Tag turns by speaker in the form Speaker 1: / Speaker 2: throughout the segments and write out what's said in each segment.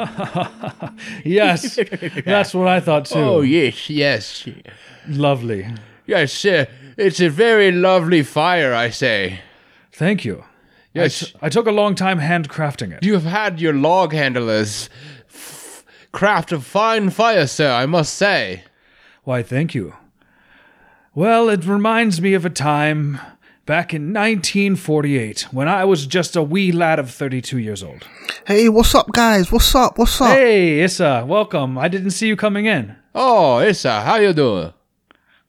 Speaker 1: yes, that's what I thought too.
Speaker 2: Oh, yes, yes.
Speaker 1: Lovely.
Speaker 2: Yes, uh, it's a very lovely fire, I say.
Speaker 1: Thank you. I
Speaker 2: Yes.
Speaker 1: t- I took a long time handcrafting it.
Speaker 2: You have had your log handlers f- craft a fine fire, sir, I must say.
Speaker 1: Why, thank you. Well, it reminds me of a time back in 1948 when I was just a wee lad of 32 years old.
Speaker 3: Hey, what's up, guys? What's up? What's up?
Speaker 1: Hey, Issa, welcome. I didn't see you coming in.
Speaker 2: Oh, Issa, how you doing?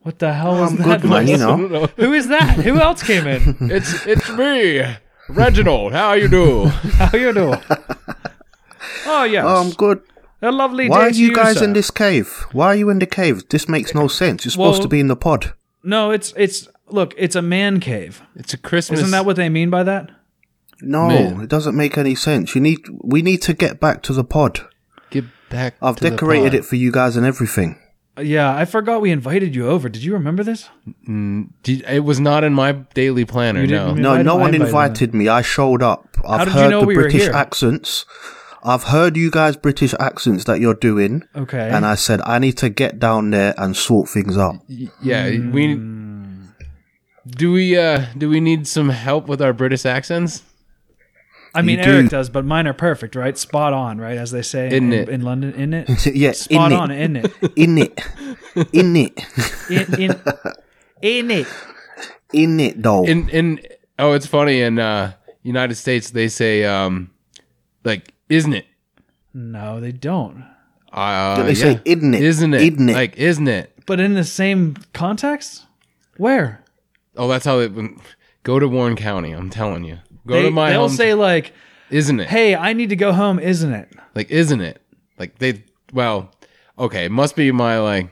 Speaker 1: What the hell was
Speaker 3: I'm
Speaker 1: that?
Speaker 3: good, man. You know.
Speaker 1: Who is that? Who else came in?
Speaker 2: It's it's me, Reginald. How you do?
Speaker 1: How you doing? Oh yes,
Speaker 3: Oh, I'm good.
Speaker 1: a lovely
Speaker 3: Why
Speaker 1: day
Speaker 3: are
Speaker 1: to
Speaker 3: you, guys
Speaker 1: sir.
Speaker 3: in this cave? Why are you in the cave? This makes no sense. You're supposed
Speaker 1: Well-
Speaker 3: to be in the pod.
Speaker 1: No, it's it's look, it's a man cave.
Speaker 2: It's a Christmas.
Speaker 1: Isn't that what they mean by that?
Speaker 3: No,
Speaker 2: Man.
Speaker 3: it doesn't make any sense. You need we need to get back to the pod.
Speaker 2: Get back.
Speaker 3: I've decorated it for you guys and everything.
Speaker 1: Uh, Yeah, I forgot we invited you over. Did you remember this?
Speaker 2: Did, it was not in my daily planner.
Speaker 1: You didn't
Speaker 2: No.
Speaker 1: mean-
Speaker 3: No, no
Speaker 1: Why did Mm, I
Speaker 3: one
Speaker 1: invite
Speaker 3: invited me. I showed up. I've
Speaker 1: did you
Speaker 3: heard
Speaker 1: know
Speaker 3: the
Speaker 1: we were
Speaker 3: British
Speaker 1: here?
Speaker 3: accents. I've heard you guys British accents that you're doing,
Speaker 1: Okay.
Speaker 3: and I said I need to get down there and sort things out.
Speaker 2: Yeah,
Speaker 1: Hmm.
Speaker 2: we. Do we uh do we need some help with our British accents?
Speaker 1: I mean,
Speaker 3: You do-
Speaker 1: Eric does, but mine are perfect, right? Spot on, right? As they say in,
Speaker 2: Isn't it?
Speaker 1: in London, in it.
Speaker 3: yeah,
Speaker 1: Spot
Speaker 3: in
Speaker 1: on,
Speaker 3: it,
Speaker 1: in it,
Speaker 3: in it, in it,
Speaker 1: in, in, in it.
Speaker 3: in it, though.
Speaker 2: In in oh, it's funny in uh United States they say um like isn't it?
Speaker 1: No, they don't.
Speaker 2: Uh,
Speaker 3: they say isn't it?
Speaker 2: Isn't it?
Speaker 3: Isn't it?
Speaker 2: Like isn't it?
Speaker 1: But in the same context, where
Speaker 2: Oh, that's how it. Go to Warren County. I'm telling you. Go
Speaker 1: they,
Speaker 2: to my
Speaker 1: they'll
Speaker 2: home.
Speaker 1: say like,
Speaker 2: isn't it?
Speaker 1: "Hey, I need to go home," isn't it?
Speaker 2: Like, isn't it? Like they well, okay, it must be my like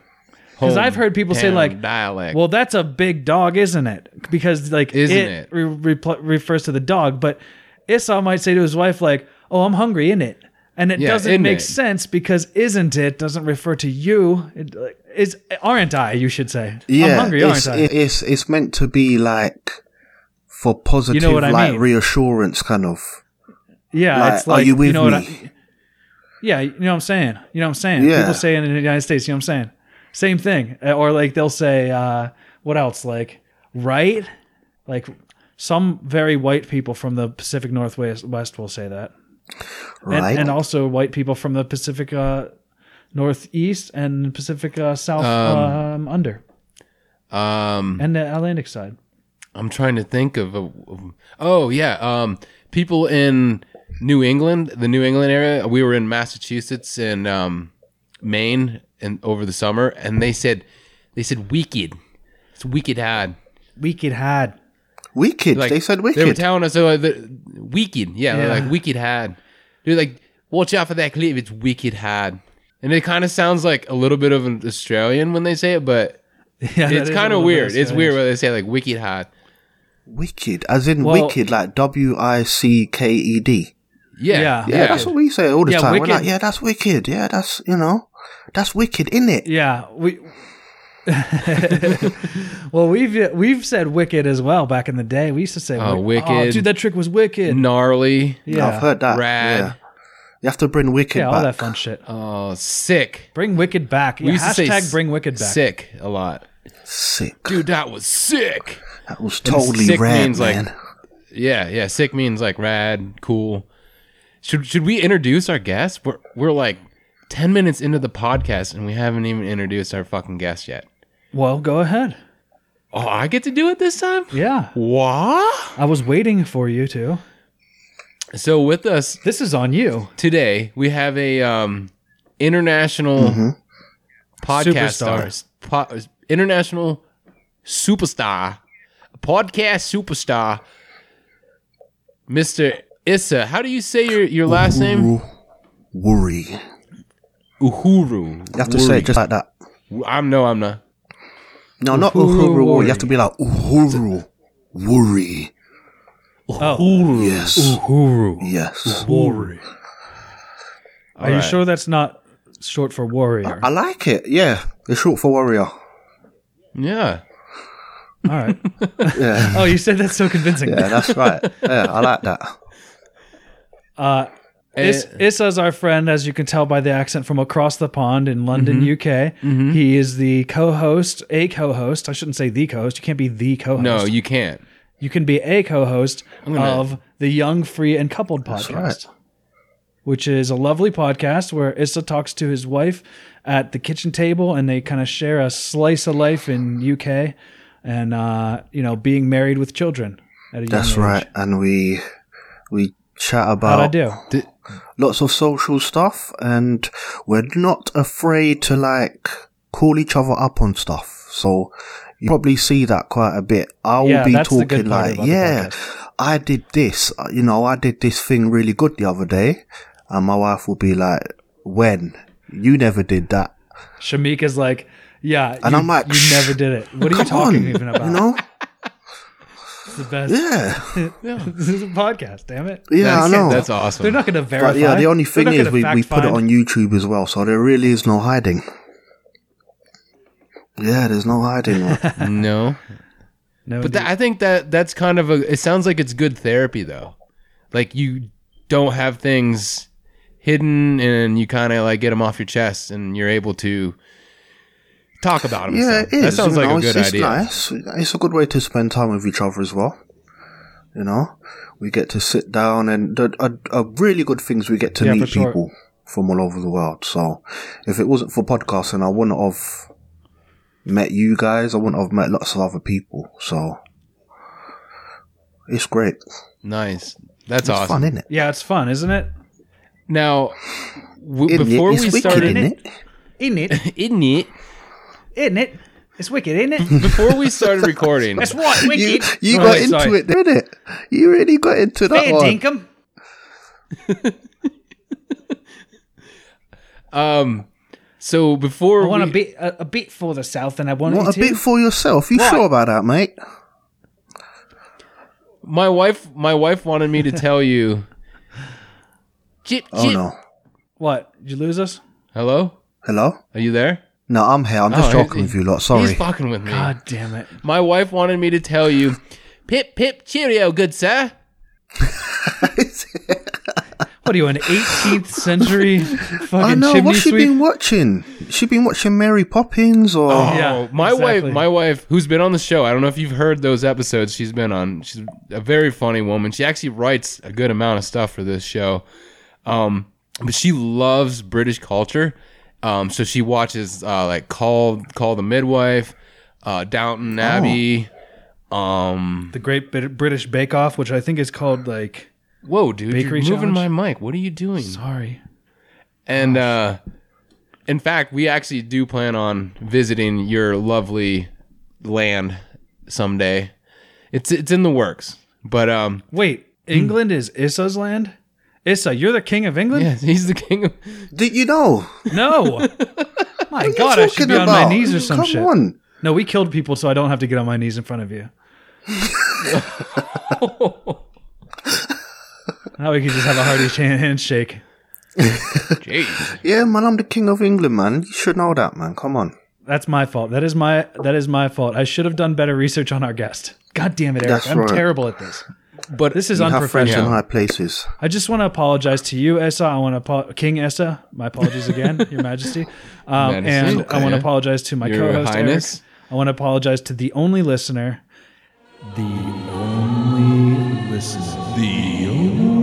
Speaker 1: Because I've heard people say
Speaker 2: hometown
Speaker 1: like,
Speaker 2: dialect.
Speaker 1: Well, that's a big dog, isn't it? Because like
Speaker 2: Isn't it?
Speaker 1: re- repl- refers to the dog, but Esau might say to his wife like, "Oh, I'm hungry, in it." And it
Speaker 2: Yeah,
Speaker 1: doesn't
Speaker 2: "Isn't
Speaker 1: make
Speaker 2: it?"
Speaker 1: sense because isn't it doesn't refer to you. It, like, is aren't I? You should say. I'm hungry,
Speaker 3: it's,
Speaker 1: aren't I?
Speaker 3: it- it's it's meant to be like for positive,
Speaker 1: what I
Speaker 3: like
Speaker 1: mean.
Speaker 3: reassurance, kind of.
Speaker 1: yeah,
Speaker 3: like,
Speaker 1: it's like
Speaker 3: are you with
Speaker 1: know what
Speaker 3: me?
Speaker 1: I, yeah, you know what I'm saying. You know what I'm saying.
Speaker 3: Yeah.
Speaker 1: People say it in the United States. You know what I'm saying. Same thing. Uh, Or like they'll say, uh, what else? Like right? Like some very white people from the Pacific Northwest West will say that. and,
Speaker 3: right?
Speaker 1: and also white people from the Pacific uh, Northeast and Pacific uh, South um, under
Speaker 2: um
Speaker 1: and the Atlantic side.
Speaker 2: I'm trying to think of a Oh, yeah. Um people in New England, the New England area, we were in Massachusetts and um Maine and over the summer and they said they said wicked. It's wicked hard.
Speaker 1: Wicked had.
Speaker 3: wicked.
Speaker 2: Like,
Speaker 3: they said
Speaker 2: They were
Speaker 3: wicked.
Speaker 2: telling us uh, the wicked. Yeah, they're
Speaker 1: Yeah.
Speaker 2: like wicked hard. They're like, watch out for that clip. It's wicked hard. And it kind of sounds like a little bit of an Australian when they say it, but
Speaker 1: Yeah,
Speaker 2: it's kind of weird. It's weird when they say like wicked hard.
Speaker 3: wicked, as in
Speaker 1: Well-
Speaker 3: wicked, like W I C K E D.
Speaker 2: Yeah,
Speaker 1: Yeah.
Speaker 2: yeah.
Speaker 3: Yeah, that's what we say all the
Speaker 1: Yeah,
Speaker 3: time.
Speaker 1: wicked.
Speaker 3: We're like, yeah, that's wicked. Yeah, that's you know, that's wicked, isn't it?
Speaker 1: Yeah, we. well, we've we've said wicked as well back in the day. We used to say,
Speaker 2: Oh,
Speaker 1: wick-
Speaker 2: wicked.
Speaker 1: dude, that trick was wicked."
Speaker 2: gnarly.
Speaker 1: yeah,
Speaker 3: I've heard that.
Speaker 2: Rad.
Speaker 3: Yeah. You have to bring wicked
Speaker 1: yeah, all
Speaker 3: back.
Speaker 1: that fun shit.
Speaker 2: Oh, sick.
Speaker 1: Bring wicked back.
Speaker 2: We
Speaker 1: Yeah,
Speaker 2: used to say
Speaker 1: hashtag
Speaker 2: s-
Speaker 1: bring wicked back.
Speaker 2: Sick a lot,
Speaker 3: Sick.
Speaker 2: dude. That was sick.
Speaker 3: That was totally
Speaker 2: sick
Speaker 3: rad,
Speaker 2: means, like,
Speaker 3: man.
Speaker 2: Yeah, yeah. Sick means like rad, cool. Should should we introduce our guest? We're we're like ten minutes into the podcast and we haven't even introduced our fucking guest yet.
Speaker 1: Well, go ahead.
Speaker 2: Oh, I get to do it this time?
Speaker 1: Yeah,
Speaker 2: What?
Speaker 1: I was waiting for you to.
Speaker 2: So with us
Speaker 1: This is on you.
Speaker 2: today, we have a um international
Speaker 3: Mm-hmm.
Speaker 2: podcast stars.
Speaker 1: Superstar.
Speaker 2: Po- international superstar. Podcast superstar. Mr. Issa. How do you say your, your last name?
Speaker 3: Ooh, worry. You
Speaker 2: Uhuru.
Speaker 3: have to say it just like that.
Speaker 2: I'm no, I'm not.
Speaker 3: No, not
Speaker 1: Uhuru
Speaker 3: Uhuru. Worry.
Speaker 1: worry.
Speaker 3: You have to be like Uhuru. Worry.
Speaker 2: Oh. Uhuru.
Speaker 3: Yes.
Speaker 2: Uhuru.
Speaker 3: Yes.
Speaker 1: Warrior. Are you
Speaker 2: Alright.
Speaker 1: sure that's not short for warrior?
Speaker 3: I like it. Yeah. It's short for warrior.
Speaker 2: Yeah.
Speaker 1: All right.
Speaker 3: Yeah.
Speaker 1: Oh, you said that so convincing.
Speaker 3: Yeah, that's right. Yeah, I like that.
Speaker 1: Uh,
Speaker 2: Eh.
Speaker 1: Is Issa is our friend, as you can tell by the accent from across the pond in
Speaker 2: Mm-hmm.
Speaker 1: London, UK. He is the co-host, a co-host. I shouldn't say the co-host. You can't be the co-host.
Speaker 2: No, you can't.
Speaker 1: you can be a co-host
Speaker 2: gonna-
Speaker 1: of the Young, Free, and Coupled podcast, which is a lovely podcast where Issa talks to his wife at the kitchen table, and they kind of share a slice of life in UK, and uh, you know, being married with children. At a young
Speaker 3: That's
Speaker 1: age.
Speaker 3: right. And we we chat
Speaker 1: How'd I
Speaker 3: about
Speaker 1: do?
Speaker 3: lots of social stuff, and we're not afraid to like call each other up on stuff. So you probably see that quite a bit. I will
Speaker 1: Yeah,
Speaker 3: be
Speaker 1: that's the good
Speaker 3: talking
Speaker 1: part
Speaker 3: like,
Speaker 1: about the
Speaker 3: yeah, I did this. Uh, You know, I did this thing really good the other day, and my wife will be like, "When you never did that."
Speaker 1: Shamik is like, yeah,
Speaker 3: And
Speaker 1: you,
Speaker 3: I'm like,
Speaker 1: you never did it. What are you
Speaker 3: Come on,
Speaker 1: talking even about?
Speaker 3: you know?
Speaker 1: It's the best.
Speaker 3: Yeah,
Speaker 1: this is a podcast, damn it.
Speaker 3: yeah, I
Speaker 2: That's-
Speaker 3: know.
Speaker 2: That's awesome.
Speaker 1: They're not going to verify.
Speaker 3: But yeah, the only
Speaker 1: They're
Speaker 3: thing
Speaker 1: not
Speaker 3: is
Speaker 1: gonna
Speaker 3: we, we
Speaker 1: fact
Speaker 3: put it
Speaker 1: find.
Speaker 3: on YouTube as well, so there really is no hiding. Yeah, there's no hiding. right?
Speaker 2: no.
Speaker 1: No,
Speaker 2: But
Speaker 1: dude.
Speaker 2: that, I think that that's kind of a. It sounds like it's good therapy though. Like you don't have things hidden, and you kind of like get them off your chest, and you're able to talk about them.
Speaker 3: yeah, it is.
Speaker 2: That sounds
Speaker 3: you
Speaker 2: like
Speaker 3: know,
Speaker 2: a good
Speaker 3: it's,
Speaker 2: idea.
Speaker 3: It's nice. It's a good way to spend time with each other as well. You know, we get to sit down, and the uh, uh, really good things we get to
Speaker 1: Yeah, for
Speaker 3: meet
Speaker 1: sure.
Speaker 3: people from all over the world. So, if it wasn't for podcasting, I wouldn't have met you guys. I wouldn't have met lots of other people. So, it's great.
Speaker 2: Nice. That's
Speaker 3: It's
Speaker 2: awesome.
Speaker 3: fun, isn't it?
Speaker 1: yeah, it's fun, isn't it?
Speaker 2: Now, w-
Speaker 3: Isn't it?
Speaker 2: before
Speaker 3: It's
Speaker 2: we
Speaker 3: wicked,
Speaker 2: started,
Speaker 3: isn't it?
Speaker 1: Isn't it?
Speaker 2: isn't it?
Speaker 1: Isn't it? It's wicked, isn't it?
Speaker 2: Before we started recording,
Speaker 1: That's right,
Speaker 3: You,
Speaker 1: wicked.
Speaker 3: you
Speaker 2: Oh,
Speaker 3: got
Speaker 2: wait,
Speaker 3: into
Speaker 2: sorry.
Speaker 3: it, didn't it? You really got into that
Speaker 1: Fair
Speaker 3: one.
Speaker 1: dinkum.
Speaker 2: um, so before
Speaker 1: I want a
Speaker 2: we-
Speaker 1: bit a, a bit for the south, and I want
Speaker 3: What
Speaker 1: it
Speaker 3: a
Speaker 1: to.
Speaker 3: bit for yourself. You sure about that, mate?
Speaker 2: my wife, my wife wanted me to tell you. Chit,
Speaker 3: Oh
Speaker 2: chit.
Speaker 3: no.
Speaker 1: What? Did you lose us?
Speaker 2: Hello,
Speaker 3: Hello?
Speaker 2: are you there?
Speaker 3: No, I'm here. I'm just
Speaker 2: Oh,
Speaker 3: joking
Speaker 2: he-
Speaker 3: with you lot.
Speaker 2: He's
Speaker 3: Sorry.
Speaker 2: fucking with me.
Speaker 1: God damn it!
Speaker 2: My wife wanted me to tell you, pip pip cheerio, good sir.
Speaker 1: What are you, an 18th century
Speaker 3: I
Speaker 1: fucking
Speaker 3: know.
Speaker 1: chimney
Speaker 3: What's she
Speaker 1: sweep?
Speaker 3: been watching? She been watching Mary Poppins or
Speaker 1: Yeah,
Speaker 2: oh, my
Speaker 1: exactly.
Speaker 2: wife, my wife, who's been on the show. I don't know if you've heard those episodes she's been on. She's a very funny woman. She actually writes a good amount of stuff for this show. Um, but she loves British culture. Um, so she watches uh, like Call Call the Midwife, uh, Downton Abbey. Um,
Speaker 1: Oh. the Great Brit- British Bake Off, which I think is called like.
Speaker 2: whoa, dude,
Speaker 1: Bakery
Speaker 2: you're moving
Speaker 1: Challenge?
Speaker 2: my mic. What are you doing?
Speaker 1: Sorry.
Speaker 2: And uh, in fact, we actually do plan on visiting your lovely land someday. It's it's in the works, but um,
Speaker 1: Wait, England is Issa's land? Issa, you're the king of England?
Speaker 2: yeah, he's the king. of...
Speaker 3: did you know?
Speaker 1: No. My
Speaker 3: What
Speaker 1: God,
Speaker 3: are you
Speaker 1: I should be
Speaker 3: talking
Speaker 1: on my
Speaker 3: about?
Speaker 1: knees or some
Speaker 3: Come
Speaker 1: shit.
Speaker 3: on.
Speaker 1: No, we killed people, so I don't have to get on my knees in front of you. now we can just have a hearty chan- handshake.
Speaker 2: Jeez.
Speaker 3: Yeah, man, I'm the king of England, man. You should know that, man. Come on.
Speaker 1: That's my fault. That is my that is my fault. I should have done better research on our guest. God damn it, Eric!
Speaker 3: That's
Speaker 1: I'm
Speaker 3: right.
Speaker 1: terrible at this.
Speaker 2: But
Speaker 1: This is
Speaker 3: You have friends in
Speaker 1: unprofessional.
Speaker 3: high places.
Speaker 1: I just want to apologize to you, Essa. I want to apo- King Essa. My apologies again, Your Majesty. Um,
Speaker 2: Majesty,
Speaker 1: and I
Speaker 2: okay.
Speaker 1: want to apologize to my
Speaker 2: Your
Speaker 1: co-host
Speaker 2: Highness.
Speaker 1: Eric. I want to apologize to the only listener. The only listener.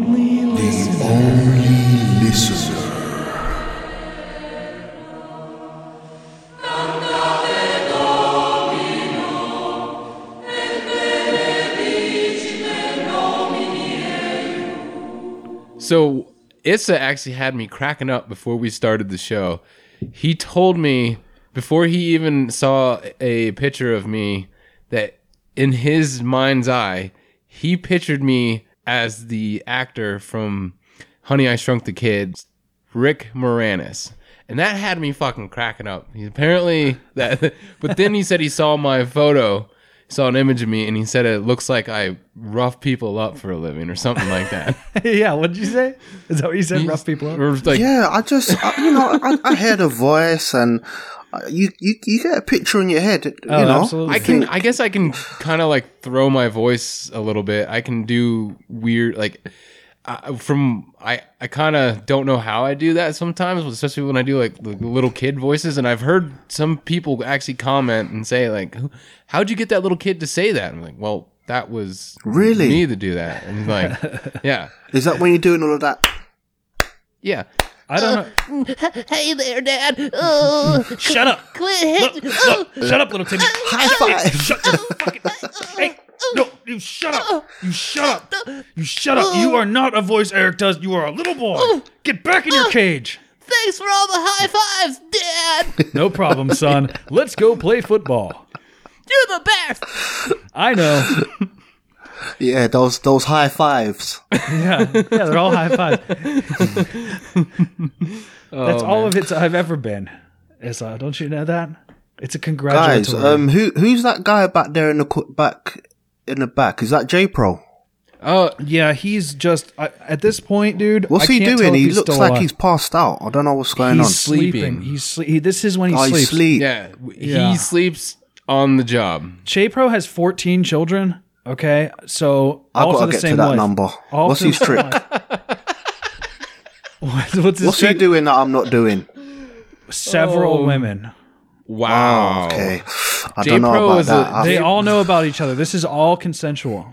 Speaker 2: so Issa actually had me cracking up before we started the show. He told me before he even saw a picture of me that in his mind's eye, he pictured me as the actor from Honey I Shrunk the Kids, Rick Moranis. And that had me fucking cracking up. He apparently that but then he said he saw my photo, saw an image of me and he said it looks like I rough people up for a living or something like that.
Speaker 1: yeah, what did you say? Is that what you said? Rough people. up?
Speaker 2: Or it's like
Speaker 3: Yeah, I just, I, you know, I, I hear the voice and uh, you, you, you get a picture in your head. You
Speaker 1: Oh,
Speaker 3: know?
Speaker 1: absolutely.
Speaker 2: I can I guess I can kind of like throw my voice a little bit. I can do weird like I, from I, I kind of don't know how I do that sometimes, especially when I do like the little kid voices. And I've heard some people actually comment and say like, "Who- "How'd you get that little kid to say that?" I'm like, "Well, that was
Speaker 3: Really?
Speaker 2: me to do that." And like, yeah,
Speaker 3: Is that when you're doing all of that?
Speaker 2: yeah.
Speaker 1: I don't know.
Speaker 4: Hey there, Dad. Oh,
Speaker 1: Shut up.
Speaker 4: quit hitting. Oh.
Speaker 1: Look, shut up, little Timmy.
Speaker 3: High five!
Speaker 1: Shut your fucking. Hey, no, you shut up. You shut up. You shut up. You are not a voice Eric does. You are a little boy. Get back in
Speaker 3: Uh.
Speaker 1: your cage.
Speaker 4: Thanks for all the high fives, Dad.
Speaker 1: No problem, son. Let's go play football.
Speaker 4: You're the best.
Speaker 1: I know.
Speaker 3: yeah, those those high fives.
Speaker 1: Yeah, yeah, they're all high five. That's all of it I've ever been. Is uh, don't you know that? It's a
Speaker 3: Guys,
Speaker 1: congratulatory.
Speaker 3: um, who who's that guy back there in the co- back in the back? Is that J Pro?
Speaker 2: Oh,
Speaker 1: yeah, he's just I, at this point, dude.
Speaker 3: What's
Speaker 1: I
Speaker 3: he
Speaker 1: can't tell
Speaker 3: doing?
Speaker 1: if
Speaker 3: He
Speaker 1: he's
Speaker 3: looks
Speaker 1: still
Speaker 3: like
Speaker 1: alive.
Speaker 3: he's passed out. I don't know what's going
Speaker 1: he's
Speaker 3: on.
Speaker 1: sleeping.
Speaker 2: Sleeping.
Speaker 1: He's sleep. He, this is when he
Speaker 3: Oh, he
Speaker 1: sleeps.
Speaker 3: sleep.
Speaker 2: yeah. w-
Speaker 1: Yeah.
Speaker 2: He sleeps on the job.
Speaker 1: Chapro has 14 children. Okay, so
Speaker 3: I
Speaker 1: all to
Speaker 3: gotta
Speaker 1: the
Speaker 3: get
Speaker 1: same
Speaker 3: to that
Speaker 1: wife.
Speaker 3: number.
Speaker 1: All
Speaker 3: what's
Speaker 1: to the
Speaker 3: his
Speaker 1: same
Speaker 3: trick?
Speaker 1: wife. What's, what's his
Speaker 3: What's he
Speaker 1: trick?
Speaker 3: doing that I'm not doing?
Speaker 1: Several women.
Speaker 2: Wow.
Speaker 3: Okay, I
Speaker 2: J
Speaker 3: don't know
Speaker 2: Pro
Speaker 3: about
Speaker 2: is a-
Speaker 3: that. I-
Speaker 1: They all know about each other. This is all consensual.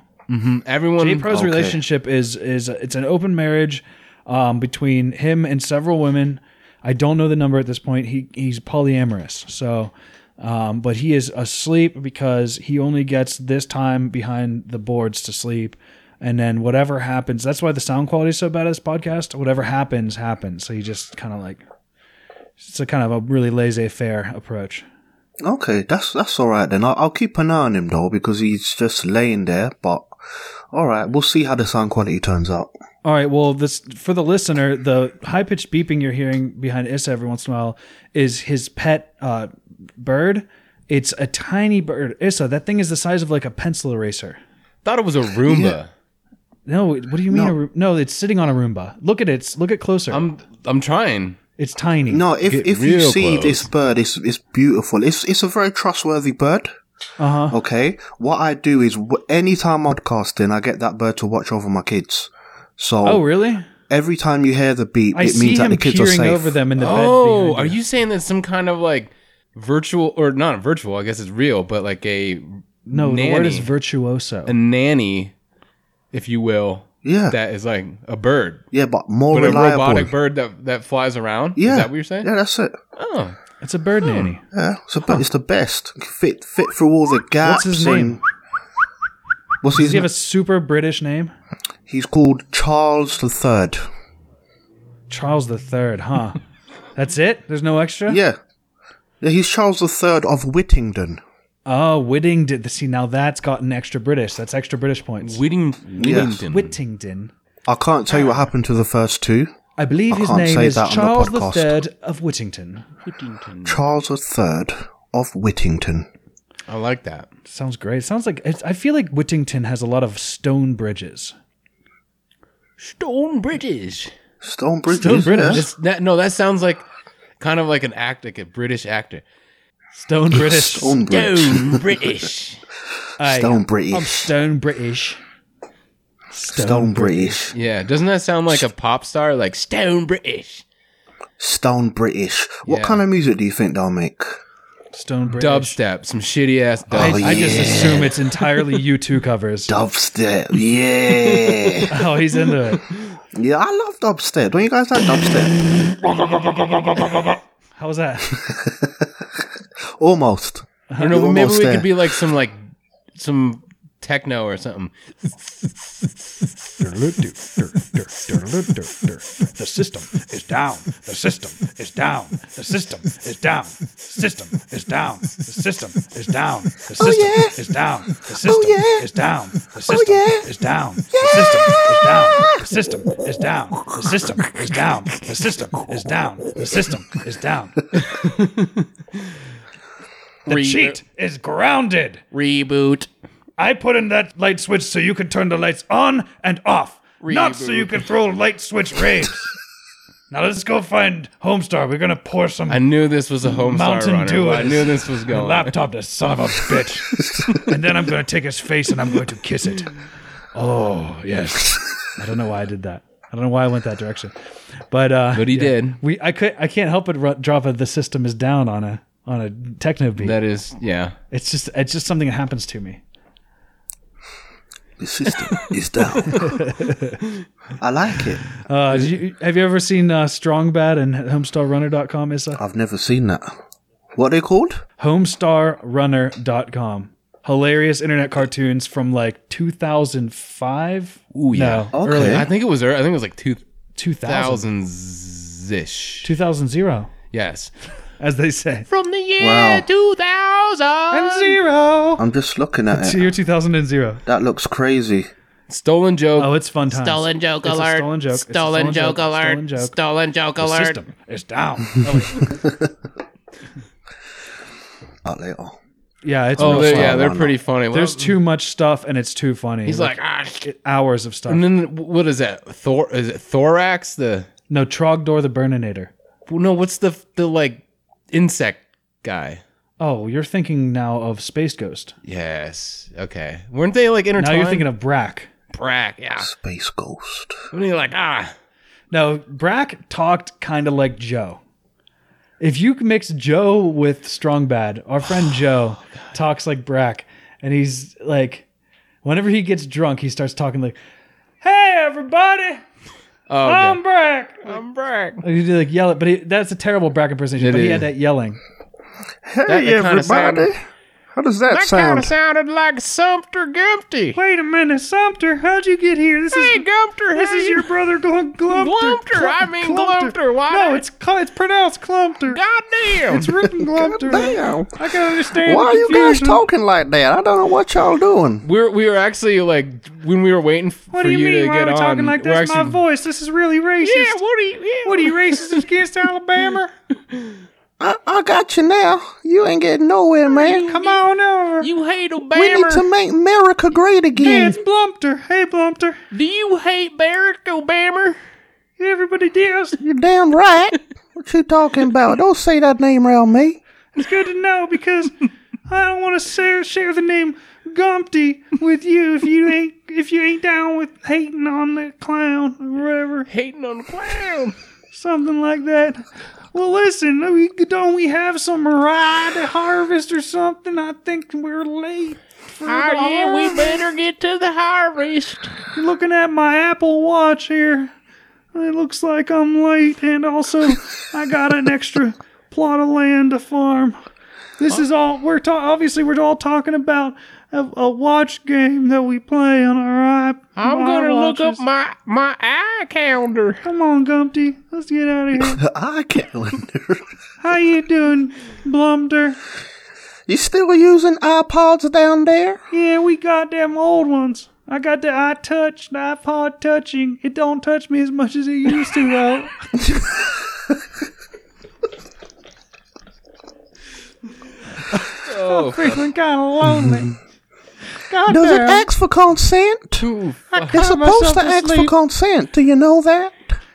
Speaker 2: Everyone.
Speaker 1: J Pro's relationship is is it's an open marriage um, between him and several women. I don't know the number at this point. He he's polyamorous, so um, but he is asleep because he only gets this time behind the boards to sleep. And then whatever happens, that's why the sound quality is so bad at this podcast. Whatever happens, happens. So he just kind of like, it's a kind of a really laissez faire approach.
Speaker 3: okay, that's that's all right then. I'll, I'll keep an eye on him though because he's just laying there. But all right, we'll see how the sound quality turns out.
Speaker 1: All right. Well, this for the listener, the high pitched beeping you're hearing behind Issa every once in a while is his pet uh, bird. It's a tiny bird, Issa. That thing is the size of like a pencil eraser.
Speaker 2: Thought it was a Roomba.
Speaker 1: No, what do you mean? No, no it's sitting on a Roomba. Look at it. Look at closer.
Speaker 2: I'm I'm trying.
Speaker 1: it's tiny.
Speaker 3: No, if
Speaker 2: Get
Speaker 3: if you
Speaker 2: real
Speaker 3: see
Speaker 2: close.
Speaker 3: this bird, it's it's beautiful. It's it's a very trustworthy bird.
Speaker 1: Uh huh.
Speaker 3: Okay, what I do is wh- anytime I'm casting, I get that bird to watch over my kids. So
Speaker 1: Oh, really?
Speaker 3: every time you hear the beep,
Speaker 1: I
Speaker 3: it
Speaker 1: see
Speaker 3: means that
Speaker 1: him
Speaker 3: the kids are
Speaker 1: peering
Speaker 3: safe.
Speaker 1: over them in the bed.
Speaker 2: Oh,
Speaker 1: behind
Speaker 2: are you saying that some kind of like virtual or not virtual? I guess it's real, but like a
Speaker 1: No,
Speaker 2: nanny,
Speaker 1: the word is virtuoso.
Speaker 2: a nanny, if you will,
Speaker 3: Yeah,
Speaker 2: that is like a bird,
Speaker 3: yeah, but more
Speaker 2: but a
Speaker 3: reliable.
Speaker 2: robotic bird that that flies around.
Speaker 3: Yeah,
Speaker 2: is that what you're saying?
Speaker 3: Yeah, that's it. Hmm.
Speaker 2: Oh,
Speaker 1: it's a bird nanny.
Speaker 3: Yeah, it's, a, bit- it's the best. Fit fit through all the gaps.
Speaker 1: What's his
Speaker 3: and-
Speaker 1: name?
Speaker 3: What's
Speaker 1: Does
Speaker 3: his
Speaker 1: he have
Speaker 3: name?
Speaker 1: a super British name?
Speaker 3: He's called Charles the Third.
Speaker 1: Charles the Third, huh? That's it. There's no extra.
Speaker 3: Yeah. Yeah, he's Charles the Third of Whittington.
Speaker 1: Oh, Whitting did the see now that's gotten extra British. That's extra British points.
Speaker 2: Whitting, Whittington.
Speaker 1: Whittington.
Speaker 3: I can't tell you what happened to the first two.
Speaker 1: Ah. I believe his
Speaker 3: can't
Speaker 1: name
Speaker 3: say
Speaker 1: is
Speaker 3: that on the
Speaker 1: Charles the
Speaker 3: podcast.
Speaker 1: Third of Whittington.
Speaker 3: Charles the Third of Whittington.
Speaker 2: I like that.
Speaker 1: Sounds great. Sounds like it's, I feel like Whittington has a lot of stone bridges.
Speaker 2: Stone British.
Speaker 3: Stone British.
Speaker 1: Stone British.
Speaker 2: That's, that, no, that sounds like kind of like an act, like a British actor.
Speaker 1: Stone
Speaker 3: yeah.
Speaker 1: British.
Speaker 3: Stone British.
Speaker 2: Stone British.
Speaker 1: Aye,
Speaker 3: Stone
Speaker 1: I'm
Speaker 3: British.
Speaker 1: stone British. Stone,
Speaker 3: Stone British.
Speaker 2: Yeah, doesn't that sound like a pop star? Like Stone British,
Speaker 3: Stone British. What
Speaker 2: Yeah.
Speaker 3: kind of music do you think they'll make?
Speaker 1: Stone British.
Speaker 2: dubstep, some shitty ass
Speaker 1: I,
Speaker 2: dubstep.
Speaker 1: I just assume it's entirely U2 covers.
Speaker 3: Dubstep. Yeah.
Speaker 1: Oh, he's into it.
Speaker 3: yeah, I love dubstep. Don't you guys like dubstep?
Speaker 1: How was that?
Speaker 3: Almost.
Speaker 2: I don't know. Maybe
Speaker 3: Almost
Speaker 2: we
Speaker 3: there.
Speaker 2: could be like some like some techno or something.
Speaker 5: The system is down. The system is down. The system is down. System is down. The system is down. The system
Speaker 3: Oh, yeah. Oh,
Speaker 5: is down. The system
Speaker 3: yeah. Oh,
Speaker 5: is down. The system
Speaker 3: yeah.
Speaker 5: is down. The system is down. The system is down. The system is down. The system is down. The system is down. The
Speaker 2: Re-
Speaker 5: cheat is grounded.
Speaker 2: Reboot.
Speaker 5: I put in that light switch so you can turn the lights on and off, not so you can throw light switch rays. now let's go find Homestar. We're gonna pour some
Speaker 2: I knew this was a home
Speaker 5: Mountain
Speaker 2: star runner.
Speaker 5: Dew
Speaker 2: I
Speaker 5: is-
Speaker 2: knew this was going.
Speaker 5: laptop to son of a bitch, and then I'm gonna take his face and I'm going to kiss it. Oh yes,
Speaker 1: I don't know why I did that. I don't know why I went that direction, but uh,
Speaker 2: But he did.
Speaker 1: we I could I can't help but ru- drop a the system is down on a on a techno beat.
Speaker 2: That is, yeah.
Speaker 1: it's just it's just something that happens to me.
Speaker 6: The system is down. I like it.
Speaker 1: Uh, did you, have you ever seen uh, Strong Bad and HomestarRunner.com? Issa?
Speaker 6: I've never seen that. What are they called?
Speaker 1: HomestarRunner.com. Hilarious internet cartoons from like 2005.
Speaker 2: Ooh, yeah.
Speaker 1: No,
Speaker 6: Okay.
Speaker 1: early
Speaker 2: I think it was. ear- I think it was like two
Speaker 1: 2000.
Speaker 2: thousands ish.
Speaker 1: 2000
Speaker 2: Yes.
Speaker 1: as they say.
Speaker 7: From the year
Speaker 6: Wow.
Speaker 7: 2000.
Speaker 4: Um,
Speaker 1: Zero.
Speaker 6: I'm just looking at
Speaker 1: It's
Speaker 6: it.
Speaker 1: year 2000 and zero.
Speaker 6: That looks crazy.
Speaker 2: Stolen joke.
Speaker 1: Oh, it's fun times.
Speaker 7: Stolen joke
Speaker 1: It's a
Speaker 7: alert.
Speaker 1: stolen joke. It's a
Speaker 7: Stolen
Speaker 1: stolen
Speaker 7: joke
Speaker 1: joke.
Speaker 7: alert.
Speaker 1: Stolen joke.
Speaker 7: Stolen joke
Speaker 1: The
Speaker 7: alert.
Speaker 1: system is down. Oh,
Speaker 6: That later.
Speaker 1: yeah, it's
Speaker 2: Oh,
Speaker 1: real
Speaker 2: they're,
Speaker 1: fun.
Speaker 2: yeah, they're
Speaker 6: Wow.
Speaker 2: pretty funny.
Speaker 1: There's
Speaker 2: Well,
Speaker 1: too much stuff and it's too funny.
Speaker 7: He's like, ah, shit.
Speaker 1: hours of stuff.
Speaker 2: And then what is that? Thor? Is it thorax? The
Speaker 1: No, Trogdor the Burninator.
Speaker 2: no. What's the the like insect guy?
Speaker 1: Oh, you're thinking now of Space Ghost.
Speaker 2: Yes. Okay. Weren't they like
Speaker 1: Now
Speaker 2: intertwined?
Speaker 1: you're thinking of Brack.
Speaker 2: Brack. Yeah.
Speaker 6: Space Ghost.
Speaker 2: When you're like ah,
Speaker 1: No, Brack talked kind of like Joe. If you mix Joe with Strong Bad, our friend
Speaker 2: Oh
Speaker 1: Joe talks like Brack, and he's like, whenever he gets drunk, he starts talking like, "Hey everybody,
Speaker 2: oh, okay.
Speaker 1: I'm Brack."
Speaker 2: I'm Brack.
Speaker 1: Like, He'd like yell it, but he, that's a terrible Brack impersonation.
Speaker 2: It
Speaker 1: but he
Speaker 2: is.
Speaker 1: had that yelling.
Speaker 6: Hey,
Speaker 2: That- that kinda sounded-
Speaker 6: How does that, sound?
Speaker 2: sounded like Sumter Gumpty.
Speaker 1: Wait a minute, Sumter, how'd you get here? This is
Speaker 2: Gumpter,
Speaker 1: this is your brother Glum- Glumter.
Speaker 2: Glumter,
Speaker 1: Clu-
Speaker 2: I mean Glumter, why
Speaker 1: No,
Speaker 2: not?
Speaker 1: it's cl- it's pronounced Clumpter.
Speaker 2: goddamn.
Speaker 1: It's written Glumter.
Speaker 6: Damn.
Speaker 1: I can understand.
Speaker 6: Why
Speaker 1: the
Speaker 6: are you guys
Speaker 1: confusion.
Speaker 6: talking like that? I don't know what y'all doing.
Speaker 2: We're we were actually like when we were waiting f-
Speaker 1: What
Speaker 2: for
Speaker 1: do you, mean?
Speaker 2: to
Speaker 1: Why
Speaker 2: get
Speaker 1: are we
Speaker 2: on.
Speaker 1: talking like
Speaker 2: we're
Speaker 1: this? My
Speaker 2: actually-
Speaker 1: voice. This is really racist.
Speaker 2: Yeah, what do you? Yeah.
Speaker 1: What are you racist against Alabama?
Speaker 6: I, I got you now. You ain't getting nowhere, man.
Speaker 1: Come on over.
Speaker 7: You hate
Speaker 6: We need
Speaker 7: Obama.
Speaker 6: to make America great
Speaker 1: Yeah,
Speaker 6: again.
Speaker 1: it's Blumpter. Hey, Blumpter.
Speaker 7: Do you hate Barack Obama?
Speaker 1: Everybody deals.
Speaker 6: You're damn right. What you talking about? Don't say that name around me.
Speaker 1: It's good to know because I don't want to share, share the name Gumpty with you if you ain't if you ain't down with hating on that clown or whatever,
Speaker 2: Hating on the clown.
Speaker 1: something like that. Well, listen, we, don't we have some rye to harvest or something? I think we're late. for
Speaker 7: Oh,
Speaker 1: the
Speaker 7: yeah, we
Speaker 1: harvest.
Speaker 7: better get to the harvest.
Speaker 1: looking at my Apple Watch here. It looks like I'm late, and also I got an extra plot of land to farm. This is all we're talking. Obviously, we're all talking about a, a watch game that we play on our iP-
Speaker 7: I'm
Speaker 1: my
Speaker 7: gonna look
Speaker 1: watches.
Speaker 7: up my my eye calendar.
Speaker 1: Come on, Gumpty, let's get out of here.
Speaker 6: I can't wonder.
Speaker 1: How you doing, Blumter?
Speaker 6: You still using iPods down there?
Speaker 1: Yeah, we got them old ones. I got the iTouch, the iPod touching. It don't touch me as much as it used to though.
Speaker 2: Oh,
Speaker 1: Feeling kind of lonely. God
Speaker 6: Does it
Speaker 1: damn.
Speaker 6: ask for consent?
Speaker 2: too.
Speaker 6: It's supposed
Speaker 1: myself
Speaker 6: to
Speaker 1: to
Speaker 6: ask for
Speaker 1: sleep.
Speaker 6: consent. Do you know that?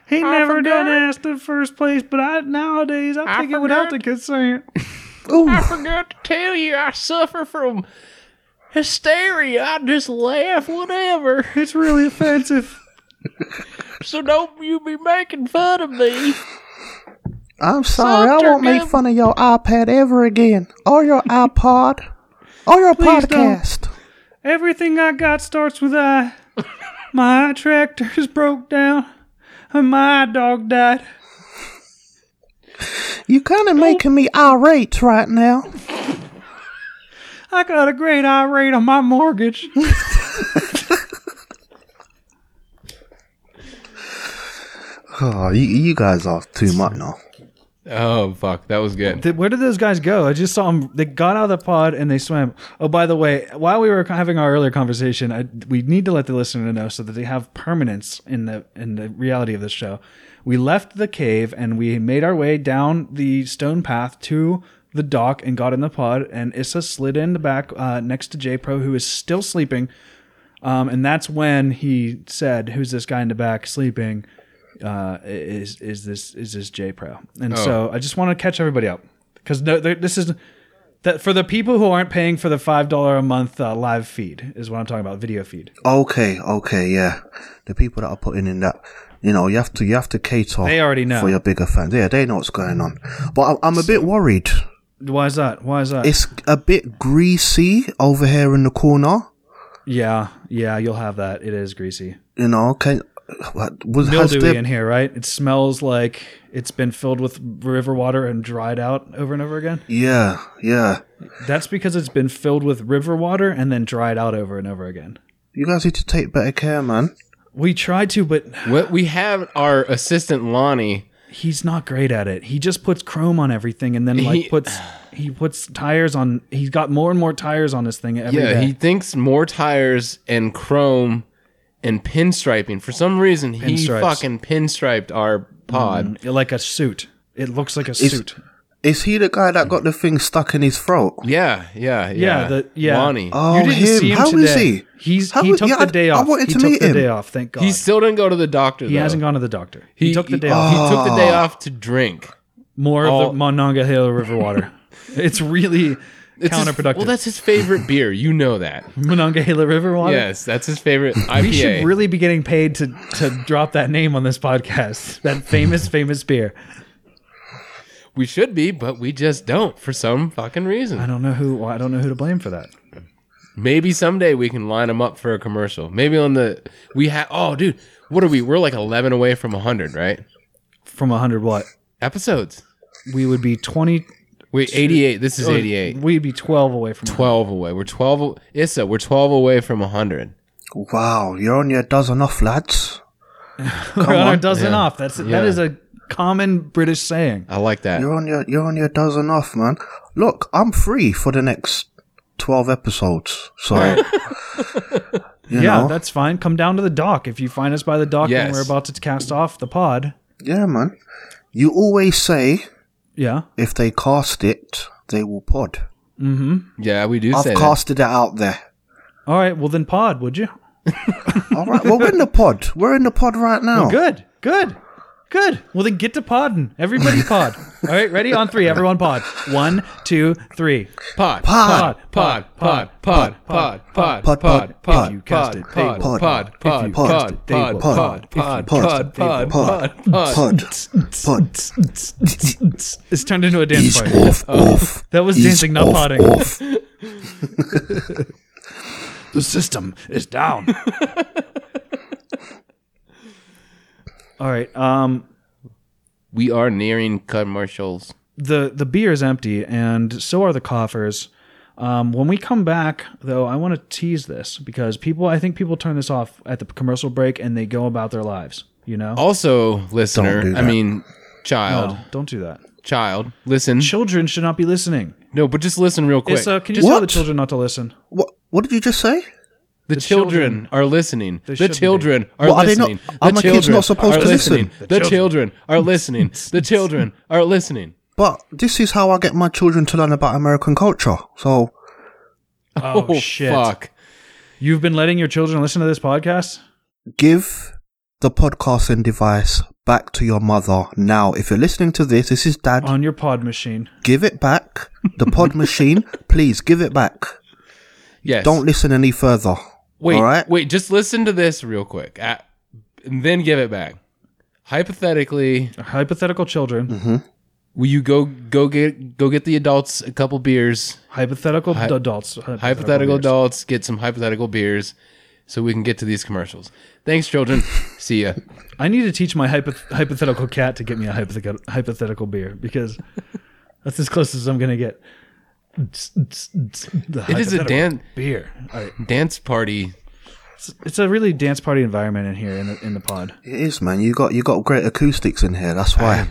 Speaker 1: He never
Speaker 7: forgot.
Speaker 1: done asked in the first place, but I nowadays I, think it would help the concern.
Speaker 6: Ooh,
Speaker 7: I forgot to tell you, I suffer from hysteria. I just laugh whatever.
Speaker 1: It's really offensive.
Speaker 7: So don't you be making fun of me.
Speaker 6: I'm sorry. I
Speaker 7: Softer,
Speaker 6: won't make
Speaker 7: man.
Speaker 6: fun of your iPad ever again, or your iPod, or your podcast.
Speaker 1: Everything I got starts with I. My eye tractor is broke down, and my eye dog died.
Speaker 6: You're kind of making me irate right now.
Speaker 1: I got a great eye rate on my mortgage.
Speaker 6: Oh, you, you guys are too much now.
Speaker 2: Oh fuck, that was good.
Speaker 1: Th- where did those guys go? I just saw them. They got out of the pod and they swam. Oh, by the way, while we were having our earlier conversation, I, we need to let the listener know so that they have permanence in the in the reality of this show. We left the cave and we made our way down the stone path to the dock and got in the pod. And Issa slid in the back uh, next to J Pro, who is still sleeping. Um, and that's when he said, "Who's this guy in the back sleeping?" Uh, is
Speaker 8: Oh.
Speaker 1: Oh. is this is this J Pro? And so I just want to catch everybody up because no, there- this is That for the people who aren't paying for the five dollar a month uh, live feed is what I'm talking about, video feed.
Speaker 3: Okay, okay, yeah. The people that are putting in that, you know, you have to you have to cater.
Speaker 1: They already know.
Speaker 3: for your bigger fans. Yeah, they know what's going on. But I'm, I'm a bit worried.
Speaker 1: Why is that? Why is that?
Speaker 3: It's a bit greasy over here in the corner.
Speaker 1: yeah, yeah, you'll have that. It is greasy,
Speaker 3: You know, can what- was has
Speaker 1: mildewy
Speaker 3: there,
Speaker 1: in here, right? It smells like it's been filled with river water and dried out over and over again.
Speaker 3: yeah, yeah.
Speaker 1: That's because it's been filled with river water and then dried out over and over again.
Speaker 3: You guys need to take better care, man.
Speaker 1: We tried to, but
Speaker 2: What we have our assistant Lonnie.
Speaker 1: he's not great at it. He just puts chrome on everything and then like
Speaker 2: He-
Speaker 1: puts he puts tires on. He's got more and more tires on this thing every day.
Speaker 2: yeah, he thinks more tires and chrome and pinstriping. For some reason, he
Speaker 1: Pinstripes. Mm,
Speaker 2: fucking pinstriped our pod.
Speaker 1: like a suit. It looks like a suit.
Speaker 3: Is he the guy that got the thing stuck in his throat?
Speaker 2: Yeah, yeah, yeah.
Speaker 1: Yeah, the- yeah.
Speaker 2: Lonnie.
Speaker 3: Oh, him. How is he?
Speaker 1: He's
Speaker 3: How
Speaker 1: he
Speaker 3: is-
Speaker 1: took
Speaker 3: yeah,
Speaker 1: the
Speaker 3: I-
Speaker 1: day
Speaker 3: I
Speaker 1: off.
Speaker 3: wanted
Speaker 1: he
Speaker 3: to
Speaker 1: took
Speaker 3: meet
Speaker 1: the
Speaker 3: him.
Speaker 1: day off. Thank God.
Speaker 2: he still didn't go to the doctor.
Speaker 1: he
Speaker 2: though.
Speaker 1: hasn't gone to the doctor. He, took the day
Speaker 2: he-
Speaker 1: off.
Speaker 2: He took the
Speaker 6: Oh.
Speaker 2: day
Speaker 3: Oh.
Speaker 2: off to drink.
Speaker 1: More
Speaker 2: all-
Speaker 1: of the Monongahela River water. it's really
Speaker 2: It's his-
Speaker 1: counterproductive.
Speaker 2: well, that's his favorite beer. You know that.
Speaker 1: Monongahela River water.
Speaker 2: Yes, that's his favorite IPA.
Speaker 1: We should really be getting paid to to drop that name on this podcast. That famous, famous beer.
Speaker 2: we should be, but we just don't for some fucking
Speaker 1: I
Speaker 2: reason.
Speaker 1: don't know who. I don't know who to blame for that.
Speaker 2: Maybe someday we can line him up for a commercial. Maybe on the we have. Oh, dude, what are we? We're like eleven away from hundred, right?
Speaker 1: From hundred what?
Speaker 2: Episodes.
Speaker 1: We would be twenty.
Speaker 2: Wait, eighty-eight. This is eighty-eight.
Speaker 1: Oh, We'd be twelve away from. 100.
Speaker 2: Twelve away. We're twelve. aw- Issa, we're twelve away from hundred.
Speaker 3: Wow, you're only a dozen off, lads.
Speaker 1: We're on our
Speaker 3: on.
Speaker 1: dozen off. That's that is a common British saying.
Speaker 2: I like that.
Speaker 3: You're only a, you're only a dozen off, man. Look, I'm free for the next twelve episodes. So you
Speaker 1: yeah,
Speaker 3: know,
Speaker 1: that's fine. Come down to the dock if you find us by the dock and
Speaker 2: Yes.
Speaker 1: we're about to cast off the pod.
Speaker 3: yeah, man. You always say
Speaker 1: Yeah,
Speaker 3: if they cast it, they will pod.
Speaker 1: Mm-hmm.
Speaker 2: Yeah, we do say
Speaker 3: I've
Speaker 2: that.
Speaker 3: casted it out there.
Speaker 1: all right. Well, then pod, would you?
Speaker 3: All right. Well, we're in the pod. We're in the pod right now.
Speaker 1: Good, good, good. Well, then get to podding. Everybody pod. All right, ready on three. Everyone pod. One, two, three.
Speaker 2: Pod,
Speaker 3: Pod.
Speaker 2: pod, pod, pod, pod, pod,
Speaker 3: Pod, pod,
Speaker 2: pod, pod,
Speaker 1: If you
Speaker 2: pod,
Speaker 1: cast it, they
Speaker 2: pod,
Speaker 1: will
Speaker 2: pod,
Speaker 3: If
Speaker 2: pod,
Speaker 1: you
Speaker 3: cast
Speaker 2: pod,
Speaker 3: it,
Speaker 1: they will
Speaker 2: pod, pod,
Speaker 1: pod. If you
Speaker 2: pod,
Speaker 3: cast
Speaker 2: pod,
Speaker 3: it, they will
Speaker 2: pod,
Speaker 3: pod.
Speaker 2: pod, pod.
Speaker 3: Pod. Pod.
Speaker 1: It's turned into a dance
Speaker 3: He's
Speaker 1: party. Uh,
Speaker 3: off. Off.
Speaker 1: That was
Speaker 3: He's
Speaker 1: dancing, not
Speaker 3: off,
Speaker 1: potting.
Speaker 3: Off.
Speaker 1: The system is down. All right. Um,
Speaker 2: We are nearing commercials.
Speaker 1: the the beer is empty, and so are the coffers. Um, when we come back, though, I want to tease this because people, I think people turn this off at the commercial break and they go about their lives. You know,
Speaker 2: Also, listener,
Speaker 3: do
Speaker 2: I
Speaker 3: that.
Speaker 2: mean, child,
Speaker 1: no, don't do that.
Speaker 2: child, listen.
Speaker 1: Children should not be listening.
Speaker 2: No, but just listen real quick.
Speaker 1: Issa, can you tell the
Speaker 3: What?
Speaker 1: children not to listen?
Speaker 3: What? What did you just say?
Speaker 2: The children are listening. The
Speaker 1: shouldn't be.
Speaker 2: children are
Speaker 3: What, are they not-
Speaker 2: listening.
Speaker 3: are
Speaker 2: The
Speaker 3: my kids
Speaker 2: children
Speaker 3: not supposed
Speaker 2: are
Speaker 3: to listen?
Speaker 2: listening. The children are listening. The children are listening.
Speaker 3: But this is how I get my children to learn about American culture. So
Speaker 1: Oh, shit!
Speaker 2: Fuck.
Speaker 1: You've been letting your children listen to this podcast.
Speaker 3: give the podcasting device back to your mother now. If you're listening to this, this is Dad.
Speaker 1: on your pod machine.
Speaker 3: give it back. The pod machine, please give it back.
Speaker 2: Yes.
Speaker 3: Don't listen any further.
Speaker 2: Wait,
Speaker 3: All right.
Speaker 2: wait, just listen to this real quick. Uh, and then give it back. Hypothetically,
Speaker 1: Hypothetical children,
Speaker 3: Mm-hmm.
Speaker 2: will you go go get go get the adults a couple beers?
Speaker 1: hypothetical
Speaker 2: Hy-
Speaker 1: d- adults,
Speaker 2: Hypothetical
Speaker 1: beers.
Speaker 2: adults get some hypothetical beers so we can get to these commercials. Thanks children. See ya.
Speaker 1: I need to teach my hypo- hypothetical cat to get me a hypothetical hypothetical beer because that's as close as I'm gonna get.
Speaker 2: It
Speaker 1: It
Speaker 2: is a dan-
Speaker 1: beer. All right.
Speaker 2: dance party.
Speaker 1: It's, it's a really dance party environment in here in the in the pod.
Speaker 3: It is, man. You got you got great acoustics in here. That's why.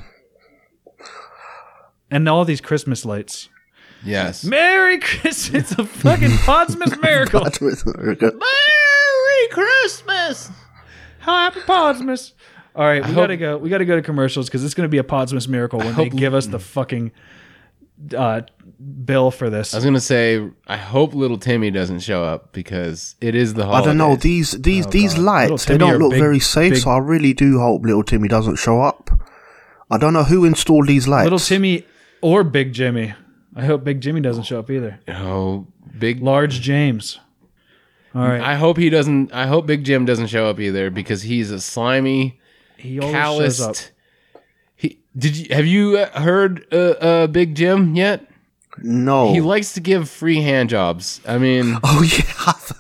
Speaker 1: And all these Christmas lights.
Speaker 2: Yes.
Speaker 1: Merry Christmas! It's a fucking Podsmas miracle.
Speaker 4: Merry Christmas!
Speaker 1: Happy Podsmas. All right, we
Speaker 2: hope-
Speaker 1: gotta go. We gotta go to commercials because it's gonna be a Podsmas miracle when they
Speaker 2: hope- mm.
Speaker 1: give us the fucking uh, bill for this.
Speaker 2: I was gonna say I hope little Timmy doesn't show up because oh, it is the
Speaker 3: I
Speaker 2: holidays.
Speaker 3: don't know these these these
Speaker 1: Little
Speaker 3: lights. They
Speaker 1: Timmy,
Speaker 3: don't
Speaker 1: you're
Speaker 3: look
Speaker 1: big-
Speaker 3: very safe.
Speaker 1: big-
Speaker 3: So I really do hope little Timmy doesn't show up. I don't know who installed these lights.
Speaker 1: Little Timmy or Big Jimmy. I hope Big Jimmy doesn't show up either.
Speaker 2: Oh, big.
Speaker 1: Large James. All right.
Speaker 2: I hope he doesn't. I hope Big Jim doesn't show up either because he's a slimy,
Speaker 1: he always shows up.
Speaker 2: calloused. He did you have you uh, heard uh, uh, Big Jim yet?
Speaker 3: No.
Speaker 2: He likes to give free hand jobs. I mean,
Speaker 3: oh yeah, I've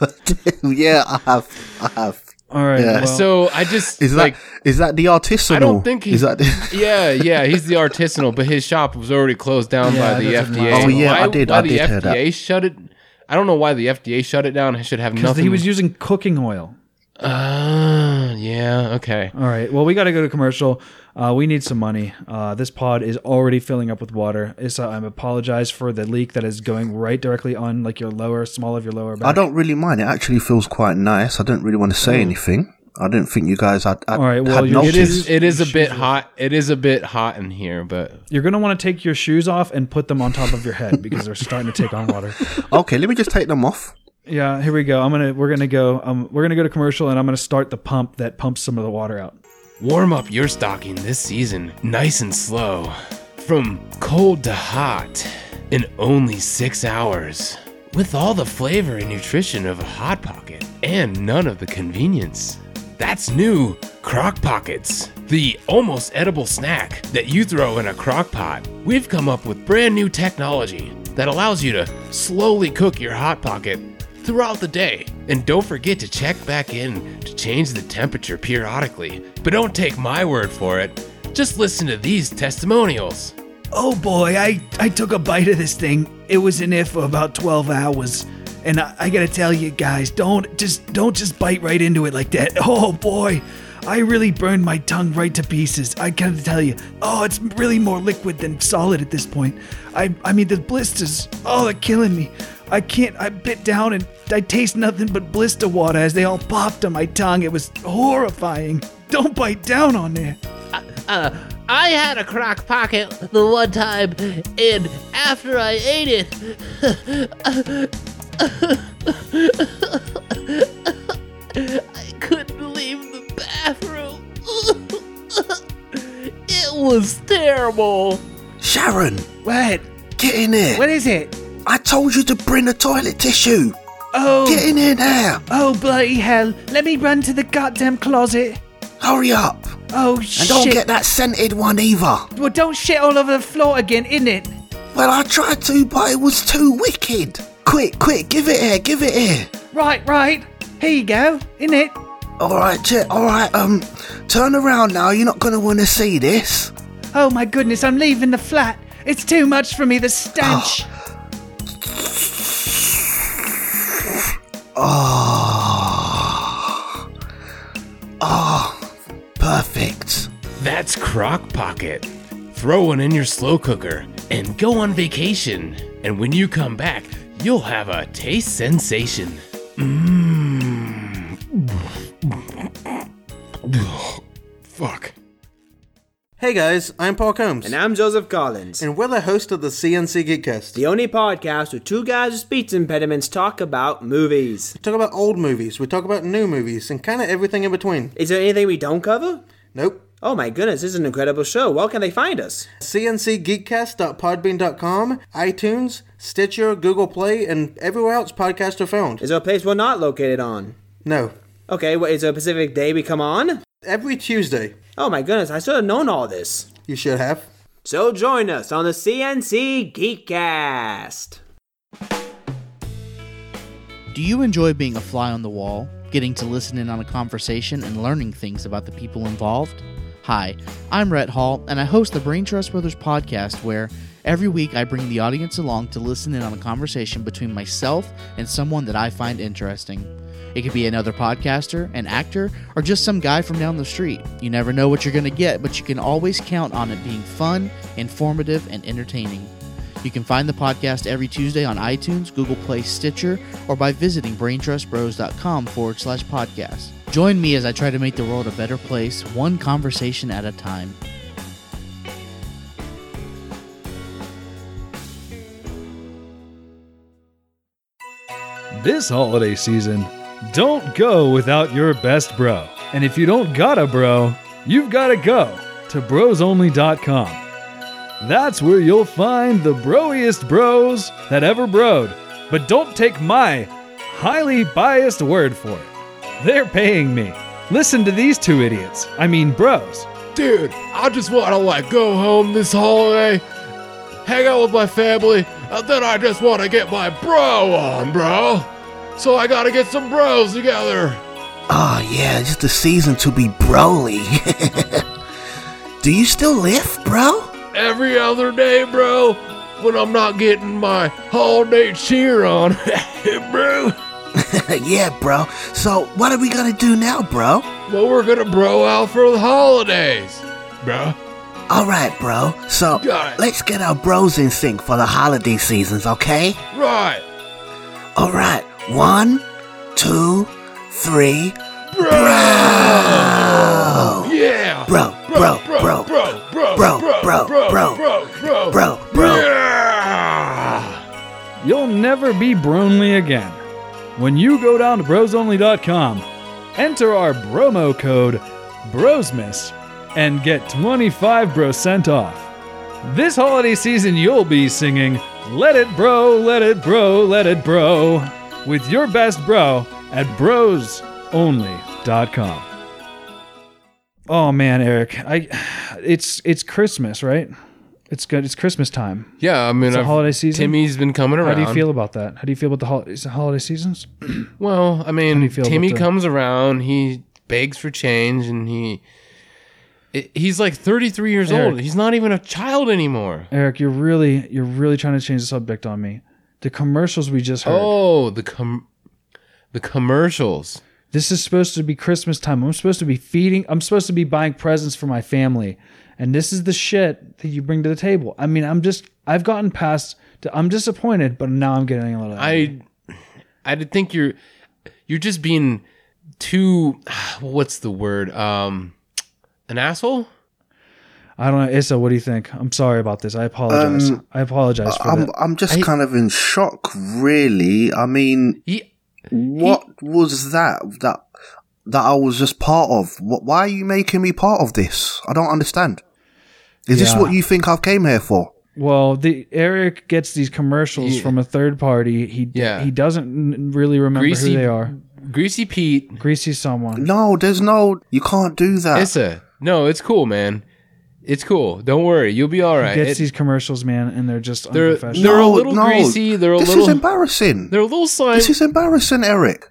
Speaker 3: heard. yeah, I have. I have.
Speaker 1: All right.
Speaker 3: Yeah.
Speaker 1: well,
Speaker 2: so I just
Speaker 3: Is that is
Speaker 2: like
Speaker 3: that the artisanal?
Speaker 2: I don't think he-
Speaker 3: is that. The,
Speaker 2: yeah, yeah, he's the artisanal, but his shop was already closed down
Speaker 1: Yeah,
Speaker 2: by
Speaker 1: that
Speaker 2: the
Speaker 1: doesn't
Speaker 2: FDA.
Speaker 1: matter.
Speaker 3: Oh, yeah, I
Speaker 2: Why-
Speaker 3: did-
Speaker 2: why
Speaker 3: I
Speaker 2: the
Speaker 3: did hear that.
Speaker 2: FDA shut it. I don't know why the FDA shut it down. It should have
Speaker 1: 'cause
Speaker 2: nothing.
Speaker 1: he was using cooking oil.
Speaker 2: Ah, yeah, okay.
Speaker 1: All right. Well, we got to go to commercial. Uh, we need some money. Uh, this pod is already filling up with water. Issa, I apologize for the leak that is going right directly on like your lower, small of your lower back.
Speaker 3: I don't really mind. It actually feels quite nice. I didn't really want to say anything. I didn't think you guys had, had,
Speaker 1: All right, well,
Speaker 3: had
Speaker 1: you're-
Speaker 3: noticed.
Speaker 2: It is. It is a bit hot. It is a bit hot in here, but
Speaker 1: You're gonna want to take your shoes off and put them on top of your head because they're starting to take on water.
Speaker 3: Okay, let me just take them off.
Speaker 1: Yeah. Here we go. I'm gonna. We're gonna go. Um, we're gonna go to commercial, and I'm gonna start the pump that pumps some of the water out.
Speaker 2: warm up your stocking this season, nice and slow, from cold to hot, in only six hours, with all the flavor and nutrition of a hot pocket, and none of the convenience. That's new Crock Pockets, the almost edible snack that you throw in a crock pot. We've come up with brand new technology that allows you to slowly cook your hot pocket throughout the day. And don't forget to check back in to change the temperature periodically. But don't take my word for it. Just listen to these testimonials.
Speaker 1: Oh boy, I, I took a bite of this thing. It was in there for about 12 hours. And I, I gotta tell you guys, don't just don't just bite right into it like that. Oh boy, I really burned my tongue right to pieces. I gotta tell you. Oh, it's really more liquid than solid at this point. I I mean the blisters, oh they're killing me. I can't I bit down and I taste nothing but blister water as they all popped on my tongue. It was horrifying. Don't bite down on there.
Speaker 4: Uh, I had a crock pocket the one time, and after I ate it, I couldn't leave the bathroom. it was terrible.
Speaker 3: Sharon,
Speaker 1: What?
Speaker 3: get in here.
Speaker 1: is it?
Speaker 3: I told you to bring the toilet tissue.
Speaker 1: Oh,
Speaker 3: Get in here now.
Speaker 1: Oh, bloody hell. Let me run to the goddamn closet.
Speaker 3: Hurry up.
Speaker 1: Oh,
Speaker 3: And
Speaker 1: shit.
Speaker 3: don't get that scented one either.
Speaker 1: well, don't shit all over the floor again, innit?
Speaker 3: Well, I tried to, but it was too wicked. Quick, quick, give it here, give it here.
Speaker 1: Right, right. Here you go, innit?
Speaker 3: All right, Jet. All right. Um, turn around now. You're not gonna want to see this.
Speaker 1: Oh, my goodness, I'm leaving the flat. It's too much for me, the stench.
Speaker 3: Oh. Oh. Perfect.
Speaker 2: That's Crock Pocket. Throw one in your slow cooker and go on vacation. And when you come back, you'll have a taste sensation. Mm. Mmm. Fuck.
Speaker 9: Hey guys, I'm Paul Combs,
Speaker 10: And I'm Joseph Collins,
Speaker 9: and we're the host of the CNC Geekcast.
Speaker 10: the only podcast where two guys with speech impediments talk about movies.
Speaker 9: We talk about old movies, we talk about new movies, and kind of everything in between.
Speaker 10: Is there anything we don't cover?
Speaker 9: Nope.
Speaker 10: Oh my goodness, this is an incredible show. Where can they find us?
Speaker 9: CNCGeekcast.podbean.com, iTunes, Stitcher, Google Play, and everywhere else podcasts are found.
Speaker 10: Is there a place we're not located on?
Speaker 9: No.
Speaker 10: Okay, what is there a specific day we come on?
Speaker 9: Every Tuesday.
Speaker 10: Oh my goodness, I should have known all this.
Speaker 9: You should have.
Speaker 10: So join us on the CNC Geekcast.
Speaker 11: Do you enjoy being a fly on the wall, getting to listen in on a conversation and learning things about the people involved? Hi, I'm Rhett Hall, and I host the Brain Trust Brothers podcast, where every week I bring the audience along to listen in on a conversation between myself and someone that I find interesting. It could be another podcaster, an actor, or just some guy from down the street. You never know what you're going to get, but you can always count on it being fun, informative, and entertaining. You can find the podcast every Tuesday on iTunes, Google Play, Stitcher, or by visiting braintrustbros.com forward slash podcast. Join me as I try to make the world a better place, one conversation at a time.
Speaker 1: This holiday season, don't go without your best bro. And if you don't got a bro, you've got to go to brosonly.com. That's where you'll find the broiest bros that ever broed. But don't take my highly biased word for it. They're paying me. Listen to these two idiots. I mean, bros.
Speaker 2: Dude, I just want to like go home this holiday, hang out with my family, and then I just want to get my bro on, bro. So I gotta get some bros together.
Speaker 3: Oh, yeah, just the season to be broly. Do you still lift, bro?
Speaker 2: every other day, bro, when I'm not getting my holiday cheer on, bro.
Speaker 3: yeah, bro. So, what are we gonna do now, bro?
Speaker 2: Well, we're gonna bro out for the holidays, bro.
Speaker 3: Alright, bro. So,
Speaker 2: Got it.
Speaker 3: let's get our bros in sync for the holiday seasons, okay?
Speaker 2: Right,
Speaker 3: Alright, one, two, three.
Speaker 2: bro.
Speaker 4: Oh,
Speaker 2: Yeah,
Speaker 3: Bro, bro,
Speaker 2: bro,
Speaker 3: bro,
Speaker 2: bro,
Speaker 3: bro, bro, bro,
Speaker 2: bro,
Speaker 3: bro, bro.
Speaker 2: Yeah.
Speaker 1: You'll never be Bronly again. When you go down to brosonly.com, enter our promo code BROSMIS and get 25% off. This holiday season, you'll be singing Let It Bro, Let It Bro, Let It Bro with your best bro at brosonly.com. Oh man, Eric, I it's it's Christmas, right? It's good. It's Christmas time.
Speaker 2: Yeah, I mean,
Speaker 1: It's a
Speaker 2: I've-
Speaker 1: holiday season?
Speaker 2: Timmy's been coming
Speaker 1: How
Speaker 2: around.
Speaker 1: do you feel about that? How do you feel about the holiday, holiday seasons?
Speaker 2: Well, I mean,
Speaker 1: do you feel about
Speaker 2: Timmy
Speaker 1: the-
Speaker 2: comes around. He begs for change, and he i- he's like 33 years
Speaker 1: Eric.
Speaker 2: old. He's not even a child anymore.
Speaker 1: Eric, you're really you're really trying to change the subject on me. The commercials we just heard.
Speaker 2: Oh, the com- the commercials.
Speaker 1: This is supposed to be Christmas time. I'm supposed to be feeding. I'm supposed to be buying presents for my family, and this is the shit that you bring to the table. I mean, I'm just I've gotten past. I'm disappointed, but now I'm getting a little.
Speaker 2: I I did think you're you're just being too what's the word? Um an asshole?
Speaker 1: I don't know, Issa. What do you think? I'm sorry about this. I apologize.
Speaker 3: Um,
Speaker 1: I apologize for
Speaker 3: I'm,
Speaker 1: that.
Speaker 3: I'm just
Speaker 2: I-
Speaker 3: kind of in shock, really. I mean,
Speaker 2: He,
Speaker 3: what was that that that I was just part of? Wh- Why are you making me part of this? I don't understand. Is this
Speaker 1: Yeah.
Speaker 3: what you think I've came here for?
Speaker 1: Well, the Eric gets these commercials
Speaker 2: Yeah.
Speaker 1: from a third party. He
Speaker 2: Yeah.
Speaker 1: he doesn't n- really remember
Speaker 2: Greasy-
Speaker 1: who they are.
Speaker 2: Greasy Pete,
Speaker 1: Greasy someone.
Speaker 3: No, there's no. You can't do that.
Speaker 2: Issa. No, it's cool, man. It's cool. Don't worry. You'll be all right.
Speaker 1: gets
Speaker 2: It-
Speaker 1: these commercials, man, and they're just
Speaker 2: They're-
Speaker 1: unprofessional.
Speaker 2: they're a little greasy, they're a
Speaker 3: this is
Speaker 2: little-
Speaker 3: embarrassing.
Speaker 2: they're a little slime.
Speaker 3: This is embarrassing, Eric.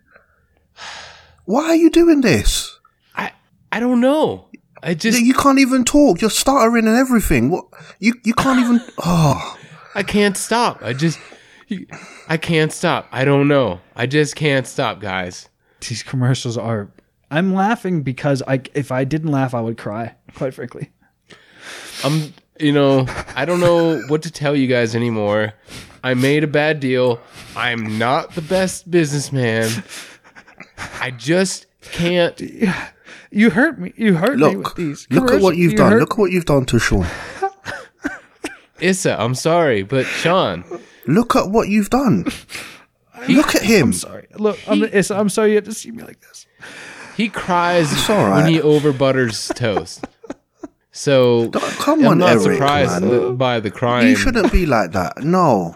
Speaker 3: Why are you doing this?
Speaker 2: I I don't know. I just
Speaker 3: you can't even talk. You're stuttering and everything. What? You you can't even. Oh,
Speaker 2: I can't stop. I just I can't stop. I don't know. I just can't stop, guys.
Speaker 1: these commercials are. I'm laughing because I, if I didn't laugh, I would cry. Quite frankly,
Speaker 2: I'm, you know, I don't know what to tell you guys anymore. I made a bad deal. I'm not the best businessman. I just can't.
Speaker 1: you hurt me. You hurt me with
Speaker 3: look!
Speaker 1: these.
Speaker 3: Look at
Speaker 1: commercials.
Speaker 3: what you've
Speaker 1: You
Speaker 3: done.
Speaker 1: hurt-
Speaker 3: Look at what you've done to Sean.
Speaker 2: Issa, I'm sorry, but Sean,
Speaker 3: Look at what you've done. Look at him.
Speaker 1: Sorry. Look, I'm, it's, I'm sorry you have to see me like this.
Speaker 2: he cries
Speaker 3: all
Speaker 2: when
Speaker 3: right.
Speaker 2: he overbutters toast. So
Speaker 3: come
Speaker 2: I'm
Speaker 3: on,
Speaker 2: not
Speaker 3: Eric,
Speaker 2: surprised
Speaker 3: man.
Speaker 2: li- by the crying.
Speaker 3: You shouldn't be like that. No.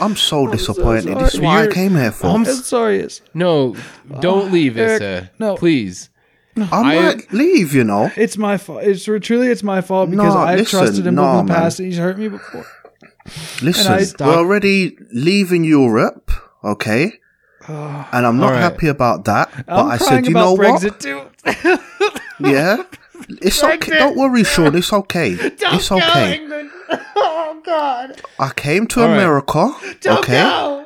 Speaker 3: I'm so disappointed. this is what I
Speaker 2: You're-
Speaker 3: came here for.
Speaker 2: I'm
Speaker 3: I'm,
Speaker 1: I'm sorry. It's,
Speaker 2: No, don't leave,
Speaker 1: Uh, Eric,
Speaker 2: Issa.
Speaker 1: no.
Speaker 2: please. I-
Speaker 3: like, leave, you know.
Speaker 1: it's my fault. It's re- truly it's my fault because
Speaker 3: No,
Speaker 1: I've
Speaker 3: listen,
Speaker 1: trusted him
Speaker 3: no,
Speaker 1: in the
Speaker 3: man.
Speaker 1: past and he's hurt me before.
Speaker 3: Listen,
Speaker 1: I-
Speaker 3: we're already leaving Europe, okay? And I'm not
Speaker 2: All right.
Speaker 3: happy about that. But
Speaker 1: I'm
Speaker 3: i
Speaker 1: crying
Speaker 3: said, you know
Speaker 1: about Brexit too.
Speaker 3: what? Yeah. It's okay. Don't worry, Sean. It's okay. it's okay.
Speaker 4: Oh,
Speaker 3: I came to
Speaker 2: All right.
Speaker 3: America, okay?
Speaker 4: Oh,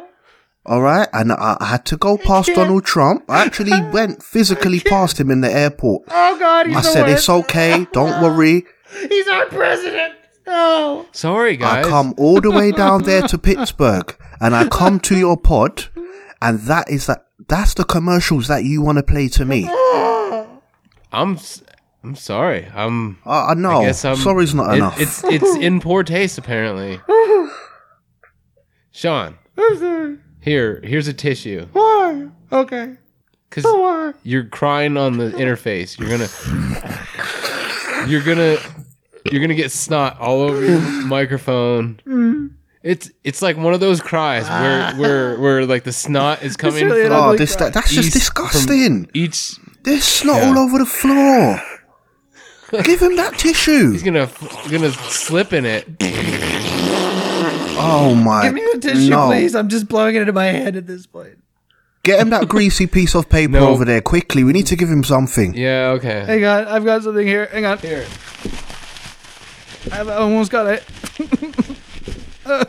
Speaker 3: All right, and I, I had to go past Donald Trump. I actually went physically past him in the airport.
Speaker 4: Oh God, he's
Speaker 3: I
Speaker 4: the
Speaker 3: said,
Speaker 4: worst.
Speaker 3: "It's okay. Don't worry.
Speaker 4: He's our president. Oh,
Speaker 2: Sorry, guys.
Speaker 3: I come all the way down there to Pittsburgh, and I come to your pod, and that is that. That's the commercials that you want to play to me.
Speaker 2: I'm. s- I'm sorry. I'm.
Speaker 3: I I know.
Speaker 2: I guess I'm.
Speaker 3: Sorry's not
Speaker 2: it-
Speaker 3: enough.
Speaker 2: It's it's in poor taste apparently. Sean,
Speaker 4: I'm sorry.
Speaker 2: here here's a tissue
Speaker 4: Why? Okay.
Speaker 2: because
Speaker 4: Why?
Speaker 2: you're crying on the interface. You're gonna. You're gonna You're gonna get snot all over your
Speaker 3: Ah.
Speaker 2: microphone.
Speaker 1: Mm.
Speaker 2: It's it's like one of those cries where where where like the snot is coming
Speaker 1: Ah. really
Speaker 2: from
Speaker 1: an
Speaker 3: Oh,
Speaker 1: ugly
Speaker 3: this
Speaker 1: cry.
Speaker 3: that, that's
Speaker 2: east
Speaker 3: just disgusting.
Speaker 2: From each
Speaker 3: There's snot
Speaker 2: Yeah.
Speaker 3: all over the floor. Give him that tissue.
Speaker 2: he's gonna gonna slip in it.
Speaker 3: Oh my!
Speaker 1: Give me the tissue,
Speaker 3: no.
Speaker 1: please. I'm just blowing it into my head at this point.
Speaker 3: Get him that greasy piece of paper
Speaker 2: No.
Speaker 3: over there quickly. We need to give him something.
Speaker 2: Yeah, okay.
Speaker 1: Hang on, I've got something here. Hang on. Here. I've almost got it. Uh,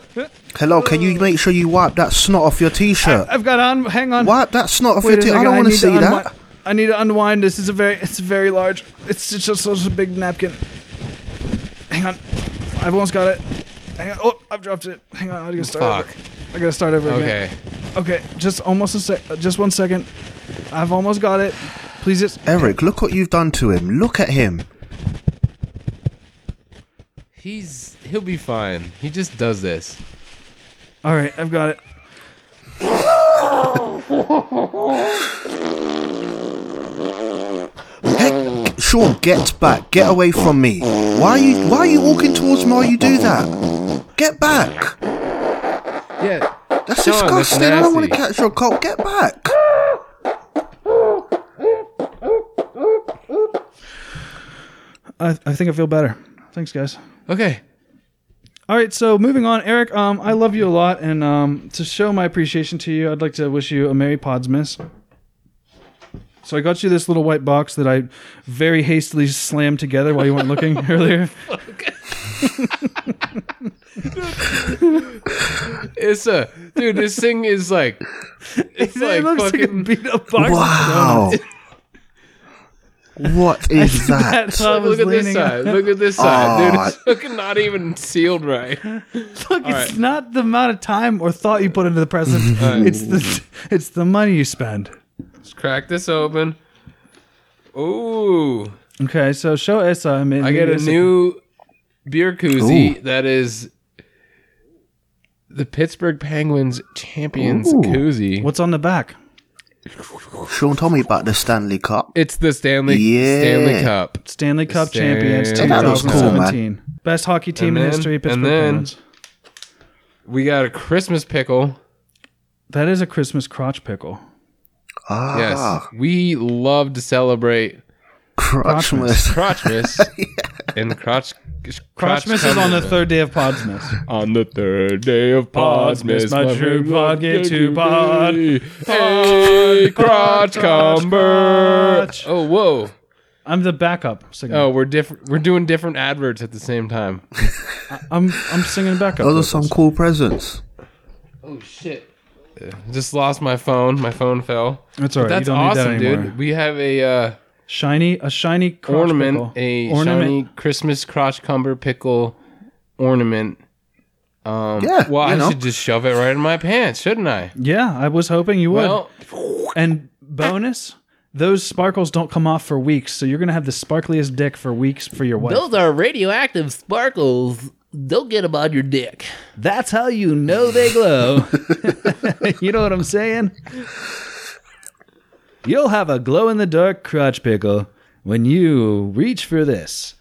Speaker 3: Hello, can you make sure you wipe that snot off your t-shirt?
Speaker 1: I've got on. Hang on.
Speaker 3: wipe that snot off
Speaker 1: Wait
Speaker 3: your
Speaker 1: a
Speaker 3: t-shirt.
Speaker 1: second,
Speaker 3: I don't want to
Speaker 1: need
Speaker 3: see
Speaker 1: unwi-
Speaker 3: that.
Speaker 1: I need to unwind this. It's a very, it's very large. It's just it's just a big napkin. Hang on, I've almost got it. Hang on. Oh, I've dropped it. Hang on, I gotta start.
Speaker 2: Fuck.
Speaker 1: Over. I gotta start over again.
Speaker 2: Okay.
Speaker 1: Okay, just almost a sec, uh, just one second. I've almost got it. Uh, Please just.
Speaker 3: Eric, look what you've done to him. Look at him.
Speaker 2: He's he'll be fine. He just does this.
Speaker 1: All right, I've got it.
Speaker 3: Heck, Sean, get back. Get away from me. Why are you? Why are you walking towards me while you do that? Get back.
Speaker 2: Yeah.
Speaker 3: That's
Speaker 2: Sean, that's
Speaker 3: disgusting. I don't want to
Speaker 2: nasty.
Speaker 3: catch your cold. Get back.
Speaker 1: I, I think I feel better. Thanks, guys.
Speaker 2: Okay.
Speaker 1: All right, so moving on, Eric. Um, I love you a lot, and um, to show my appreciation to you, I'd like to wish you a Merry Podsmas. So I got you this little white box that I very hastily slammed together while you weren't looking earlier.
Speaker 2: It's a dude. This thing is like it's like
Speaker 1: it looks like a
Speaker 2: fucking.
Speaker 1: beat up box.
Speaker 3: Wow. what is
Speaker 1: That
Speaker 3: that? Oh.
Speaker 1: hub
Speaker 2: Look
Speaker 1: is
Speaker 2: at this
Speaker 1: leaning
Speaker 2: side.
Speaker 1: out.
Speaker 2: Look at this side, dude.
Speaker 3: Aw.
Speaker 2: It's fucking not even sealed right.
Speaker 1: Look, it's not the amount of time or thought you put into the present. It's the it's the money you spend.
Speaker 2: Let's crack this open. Ooh,
Speaker 1: Okay, so show Issa. I, E. mean,
Speaker 2: I get a
Speaker 1: Issa-
Speaker 2: new beer koozie
Speaker 3: Ooh.
Speaker 2: that is the Pittsburgh Penguins champions koozie.
Speaker 1: What's on the back?
Speaker 3: Sean told me about the Stanley Cup.
Speaker 2: It's the Stanley
Speaker 3: Yeah.
Speaker 2: Stanley Cup.
Speaker 1: Stanley Cup champions
Speaker 2: Stanley Cup.
Speaker 3: That looks cool, man.
Speaker 1: 2017. Best hockey team
Speaker 2: And
Speaker 1: in
Speaker 2: then-
Speaker 1: history,
Speaker 2: and
Speaker 1: Pittsburgh
Speaker 2: then-
Speaker 1: Penguins.
Speaker 2: We got a Christmas pickle.
Speaker 1: That is a Christmas crotch pickle.
Speaker 2: Yes,
Speaker 3: Ah,
Speaker 2: we love to celebrate
Speaker 3: Crotchmas.
Speaker 2: Crotchmas and Crotch.
Speaker 1: Crotchmas is on the third day of Podsmas.
Speaker 2: On the third day of Podsmas,
Speaker 1: Podsmas, my true pod gave to pod.
Speaker 2: Hey, crotch
Speaker 1: crotch,
Speaker 2: cumber.
Speaker 1: crotch.
Speaker 2: Oh, whoa.
Speaker 1: I'm the backup singer.
Speaker 2: Oh, we're different. We're doing different adverts at the same time.
Speaker 1: I'm I'm singing backup.
Speaker 3: Those are
Speaker 1: vocals.
Speaker 3: some cool presents.
Speaker 2: Oh shit! Uh, Just lost my phone. My phone fell.
Speaker 1: That's all right.
Speaker 2: That's
Speaker 1: you don't
Speaker 2: awesome,
Speaker 1: need that anymore.
Speaker 2: dude. We have a uh,
Speaker 1: Shiny, a shiny crotch
Speaker 2: ornament,
Speaker 1: pickle.
Speaker 2: a shiny Christmas crotch cumber pickle ornament. Um,
Speaker 3: Yeah,
Speaker 2: Well,
Speaker 3: you
Speaker 2: I
Speaker 3: know.
Speaker 2: should just shove it right in my pants, shouldn't I?
Speaker 1: Yeah, I was hoping you would.
Speaker 2: Well,
Speaker 1: and bonus, those sparkles don't come off for weeks, so you're gonna have the sparkliest dick for weeks for your wife.
Speaker 4: Those are radioactive sparkles. Don't get them on your dick.
Speaker 1: That's how you know they glow. you know what I'm saying? You'll have a glow in the dark crotch pickle when you reach for this.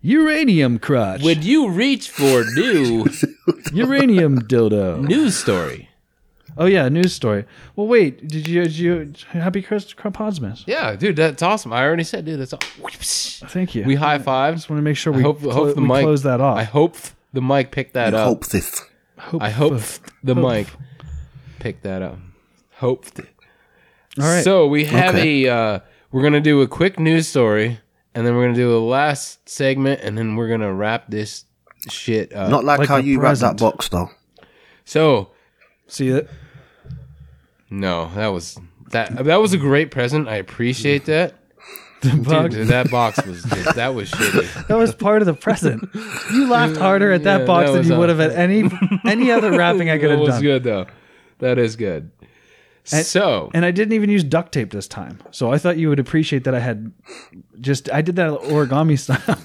Speaker 1: Uranium crotch.
Speaker 4: When you reach for new
Speaker 1: uranium dildo.
Speaker 4: news story.
Speaker 1: Oh yeah, news story. Well wait, did you did you happy Chris Podsmas?
Speaker 2: yeah, dude, that's awesome. I already said, dude, that's awesome.
Speaker 1: Thank you.
Speaker 2: We
Speaker 1: I
Speaker 2: high fives.
Speaker 1: just want to make sure we,
Speaker 2: hope-
Speaker 1: clo-
Speaker 2: hope the
Speaker 1: we
Speaker 2: mic-
Speaker 1: close that off.
Speaker 2: I hope the mic picked that up.
Speaker 3: Hope this.
Speaker 1: hope,
Speaker 2: I hope the mic picked that up. Hoped.
Speaker 1: All right.
Speaker 2: So we have a. Uh, we're gonna do a quick news story, and then we're gonna do a last segment, and then we're gonna wrap this shit up.
Speaker 3: Not like,
Speaker 1: like
Speaker 3: how
Speaker 1: a
Speaker 3: you wrapped that
Speaker 1: present.
Speaker 3: box, though.
Speaker 2: so
Speaker 1: See it.
Speaker 2: no, that was that. That was a great present. I appreciate that.
Speaker 1: Box-
Speaker 2: Dude, that box was that was shitty.
Speaker 1: That was part of the present. You laughed harder at that
Speaker 2: Yeah,
Speaker 1: box
Speaker 2: that
Speaker 1: than
Speaker 2: was
Speaker 1: you would have
Speaker 2: awesome.
Speaker 1: at any any other wrapping I could
Speaker 2: That
Speaker 1: have
Speaker 2: was
Speaker 1: done.
Speaker 2: good though. That is good. so
Speaker 1: And I didn't even use duct tape this time. So I thought you would appreciate that I had just I did that origami style.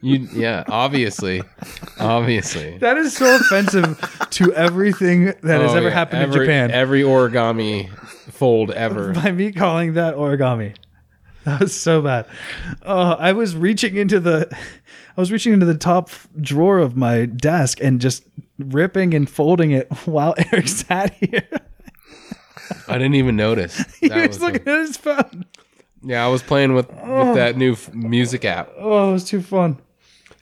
Speaker 2: you yeah, obviously, obviously.
Speaker 1: that is so offensive to everything that has
Speaker 2: Oh,
Speaker 1: ever
Speaker 2: yeah.
Speaker 1: happened
Speaker 2: Every-
Speaker 1: in Japan.
Speaker 2: Every origami fold ever.
Speaker 1: by me calling that origami. That was so bad. Oh, I was reaching into the, I was reaching into the top drawer of my desk and just ripping and folding it while Eric sat here.
Speaker 2: I didn't even notice.
Speaker 1: he
Speaker 2: That
Speaker 1: was
Speaker 2: was
Speaker 1: looking at his phone.
Speaker 2: the- yeah, I was playing with, with that new f- music app.
Speaker 1: Oh, it was too fun.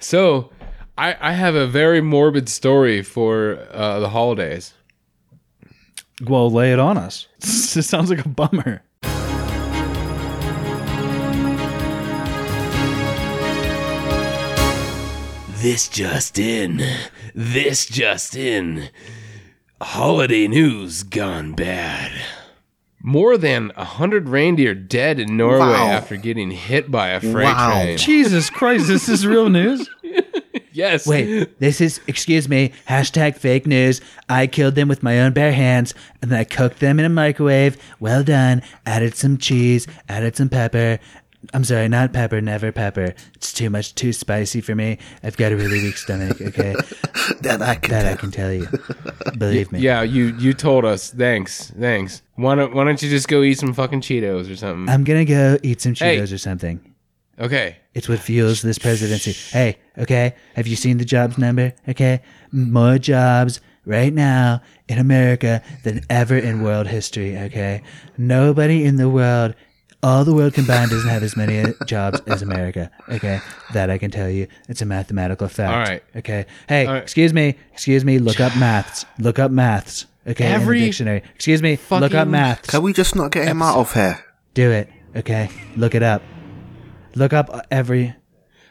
Speaker 2: So, I, I have a very morbid story for uh, the holidays.
Speaker 1: Well, lay it on us. This sounds like a bummer.
Speaker 4: This just in. This just in. Holiday news gone bad.
Speaker 2: More than 100 reindeer dead in Norway
Speaker 3: Wow.
Speaker 2: after getting hit by a freight
Speaker 3: Wow.
Speaker 2: train.
Speaker 1: Jesus Christ, is this real news?
Speaker 2: Yes.
Speaker 8: Wait, this is, excuse me, hashtag fake news. I killed them with my own bare hands, and then I cooked them in a microwave. Well done. Added some cheese, added some pepper. I'm sorry, not pepper, never pepper. It's too much, too spicy for me. I've got a really weak stomach, okay?
Speaker 3: Then I can
Speaker 8: that I
Speaker 3: tell.
Speaker 8: can tell you. Believe me.
Speaker 2: Yeah, you you told us. Thanks, thanks. Why don't Why don't you just go eat some fucking Cheetos or something?
Speaker 8: I'm gonna go eat some
Speaker 2: Hey.
Speaker 8: Cheetos or something.
Speaker 2: Okay.
Speaker 8: It's what fuels this presidency. Hey, okay, have you seen the jobs number? Okay, more jobs right now in America than ever in world history. Okay, nobody in the world, all the world combined, doesn't have as many uh, jobs as America. Okay, that I can tell you. It's a mathematical fact.
Speaker 2: All right.
Speaker 8: Okay. Hey,
Speaker 2: right.
Speaker 8: excuse me, excuse me. Look up maths. Look up maths. Okay,
Speaker 2: Every
Speaker 8: in the dictionary. Excuse me. Look up
Speaker 2: fucking-
Speaker 8: maths.
Speaker 3: Can we just not get him out of here?
Speaker 8: Do it. Okay, look it up. Look up every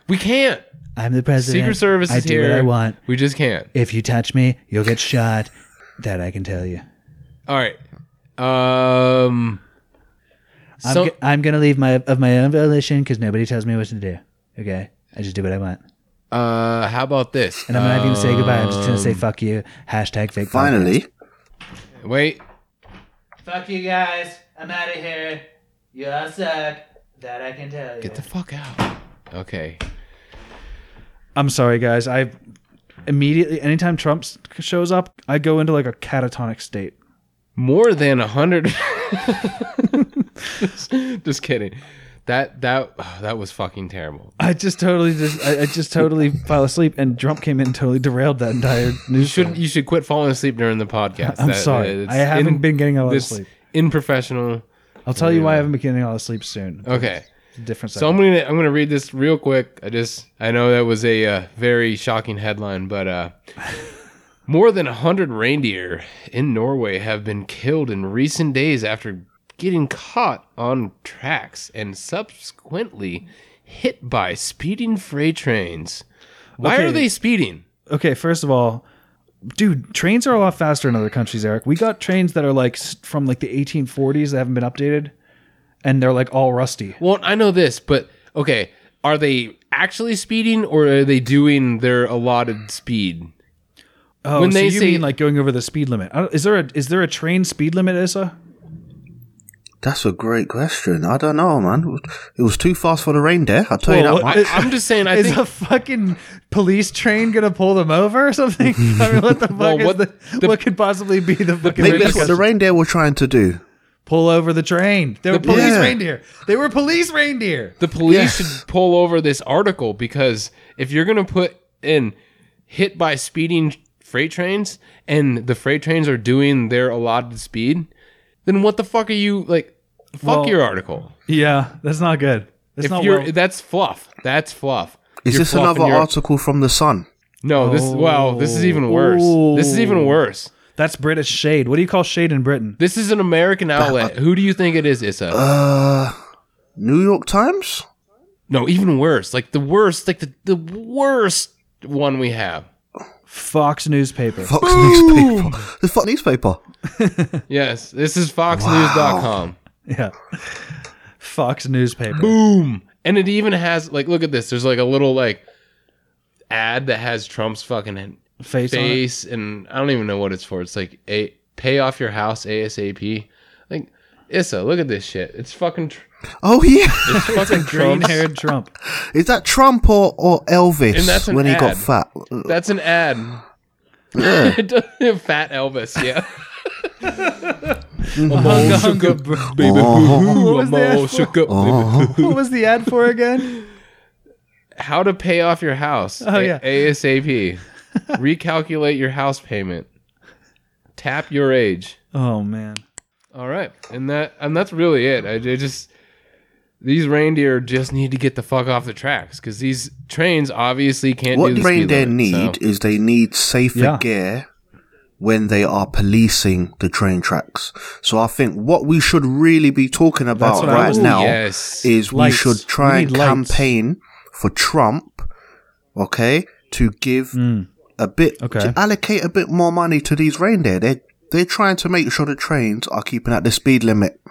Speaker 2: We can't.
Speaker 8: I'm the president.
Speaker 2: Secret Service
Speaker 8: I
Speaker 2: is
Speaker 8: do
Speaker 2: here.
Speaker 8: what I want.
Speaker 2: We just can't.
Speaker 8: If you touch me, you'll get shot. That I can tell you.
Speaker 2: All right. Um.
Speaker 8: I'm,
Speaker 2: So
Speaker 8: g- I'm gonna leave my of my own volition because nobody tells me what to do. Okay, I just do what I want,
Speaker 2: uh, how about this? Um,
Speaker 8: and I'm not even gonna say goodbye. I'm just gonna say fuck you. Hashtag fake.
Speaker 3: Finally.
Speaker 2: Wait.
Speaker 8: Fuck you guys. I'm out of here. You all suck. That I can tell you.
Speaker 2: Get the fuck out. Okay.
Speaker 1: I'm sorry, guys. I immediately, anytime Trump s- shows up, I go into like a catatonic state.
Speaker 2: More than a hundred. just kidding. That that that was fucking terrible.
Speaker 1: I just totally just, I, I just totally fell asleep, and Trump came in and totally derailed that entire news.
Speaker 2: Shouldn't you should quit falling asleep during the podcast?
Speaker 1: I'm sorry. I haven't been getting a lot of
Speaker 2: this
Speaker 1: sleep.
Speaker 2: Unprofessional.
Speaker 1: I'll tell you why I haven't been getting all the sleep soon.
Speaker 2: Okay.
Speaker 1: It's a different.
Speaker 2: So I'm gonna I'm gonna read this real quick. I just I know that was a uh, very shocking headline, but uh, more than hundred reindeer in Norway have been killed in recent days after getting caught on tracks and subsequently hit by speeding freight trains. Why
Speaker 1: Okay.
Speaker 2: are they speeding?
Speaker 1: okay, first of all, dude, trains are a lot faster in other countries, Eric. We got trains that are like s- from like the 1840s that haven't been updated, and they're like all rusty.
Speaker 2: Well, I know this, but okay, are they actually speeding or are they doing their allotted speed?
Speaker 1: Oh,
Speaker 2: When
Speaker 1: so
Speaker 2: they
Speaker 1: you
Speaker 2: say-
Speaker 1: mean like going over the speed limit? I don't- Is there a is there a train speed limit, Issa?
Speaker 3: That's a great question. I don't know, man. It was too fast for the reindeer. I'll tell you
Speaker 1: Well,
Speaker 3: that much.
Speaker 2: I, I'm just saying. I
Speaker 1: is
Speaker 2: think
Speaker 1: a fucking police train gonna pull them over or something? I mean, what the fuck
Speaker 2: Well,
Speaker 1: is
Speaker 2: what-
Speaker 1: the,
Speaker 2: the-
Speaker 1: what could possibly be the fucking
Speaker 3: Maybe that's
Speaker 1: reason?
Speaker 3: what the reindeer were trying to do.
Speaker 1: pull over the train? They were
Speaker 2: The
Speaker 1: police
Speaker 3: Yeah.
Speaker 1: reindeer. They were police reindeer.
Speaker 2: The police
Speaker 3: Yes.
Speaker 2: should pull over this article because if you're going to put in hit by speeding freight trains and the freight trains are doing their allotted speed, then what the fuck are you like? Fuck
Speaker 1: Well,
Speaker 2: your article.
Speaker 1: Yeah, that's not good. That's
Speaker 2: If
Speaker 1: not
Speaker 2: you're
Speaker 1: well-
Speaker 2: that's fluff. That's fluff.
Speaker 3: Is
Speaker 2: You're
Speaker 3: this
Speaker 2: fluffing
Speaker 3: another
Speaker 2: your-
Speaker 3: article from the Sun?
Speaker 2: No, this wow, this is even worse. This is even worse.
Speaker 1: that's British shade. What do you call shade in Britain?
Speaker 2: This is an American outlet. Who do you think it is, Issa?
Speaker 3: Uh, New York Times.
Speaker 2: no, even worse. Like the worst, like the, the worst one we have.
Speaker 1: Fox newspaper.
Speaker 3: Fox newspaper. The Fox newspaper.
Speaker 2: Yes, this is foxnews.com.
Speaker 1: Yeah. Fox newspaper.
Speaker 2: boom and it even has like look at this there's like a little like ad that has trump's fucking
Speaker 1: Face, on it.
Speaker 2: face and i don't even know what it's for it's like a pay off your house asap like issa look at this shit it's fucking tr-
Speaker 3: Oh yeah,
Speaker 2: it's fucking
Speaker 1: Green
Speaker 2: Trump's-
Speaker 1: haired Trump.
Speaker 3: is that Trump or, or Elvis
Speaker 2: And that's an
Speaker 3: when he got
Speaker 2: ad.
Speaker 3: fat?
Speaker 2: that's an ad It does- fat elvis yeah I'm all shook up, baby.
Speaker 8: was
Speaker 2: I'm
Speaker 8: that
Speaker 2: all
Speaker 8: for?
Speaker 2: shook up,
Speaker 3: Uh-huh.
Speaker 2: baby.
Speaker 8: what was the ad for again?
Speaker 2: How to pay off your house.
Speaker 8: Oh, yeah.
Speaker 2: ASAP. Recalculate your house payment. Tap your age.
Speaker 1: Oh man.
Speaker 2: All right, and that and that's really it. I, I just these reindeer just need to get the fuck off the tracks because these trains obviously can't.
Speaker 3: What
Speaker 2: do
Speaker 3: the
Speaker 2: the
Speaker 3: brain
Speaker 2: speed
Speaker 3: they
Speaker 2: limit, so-
Speaker 3: need is they need safer
Speaker 1: Yeah.
Speaker 3: gear when they are policing the train tracks. So I think what we should really be talking about
Speaker 1: what I
Speaker 3: right
Speaker 1: was-
Speaker 3: now
Speaker 2: Yes.
Speaker 3: is
Speaker 1: Lights.
Speaker 3: we should try
Speaker 1: We
Speaker 3: and
Speaker 1: need lights.
Speaker 3: campaign for Trump, okay, to give a bit
Speaker 1: Hmm. Okay.
Speaker 3: to allocate a bit more money to these reindeer. They they're trying to make sure the trains are keeping at the speed limit.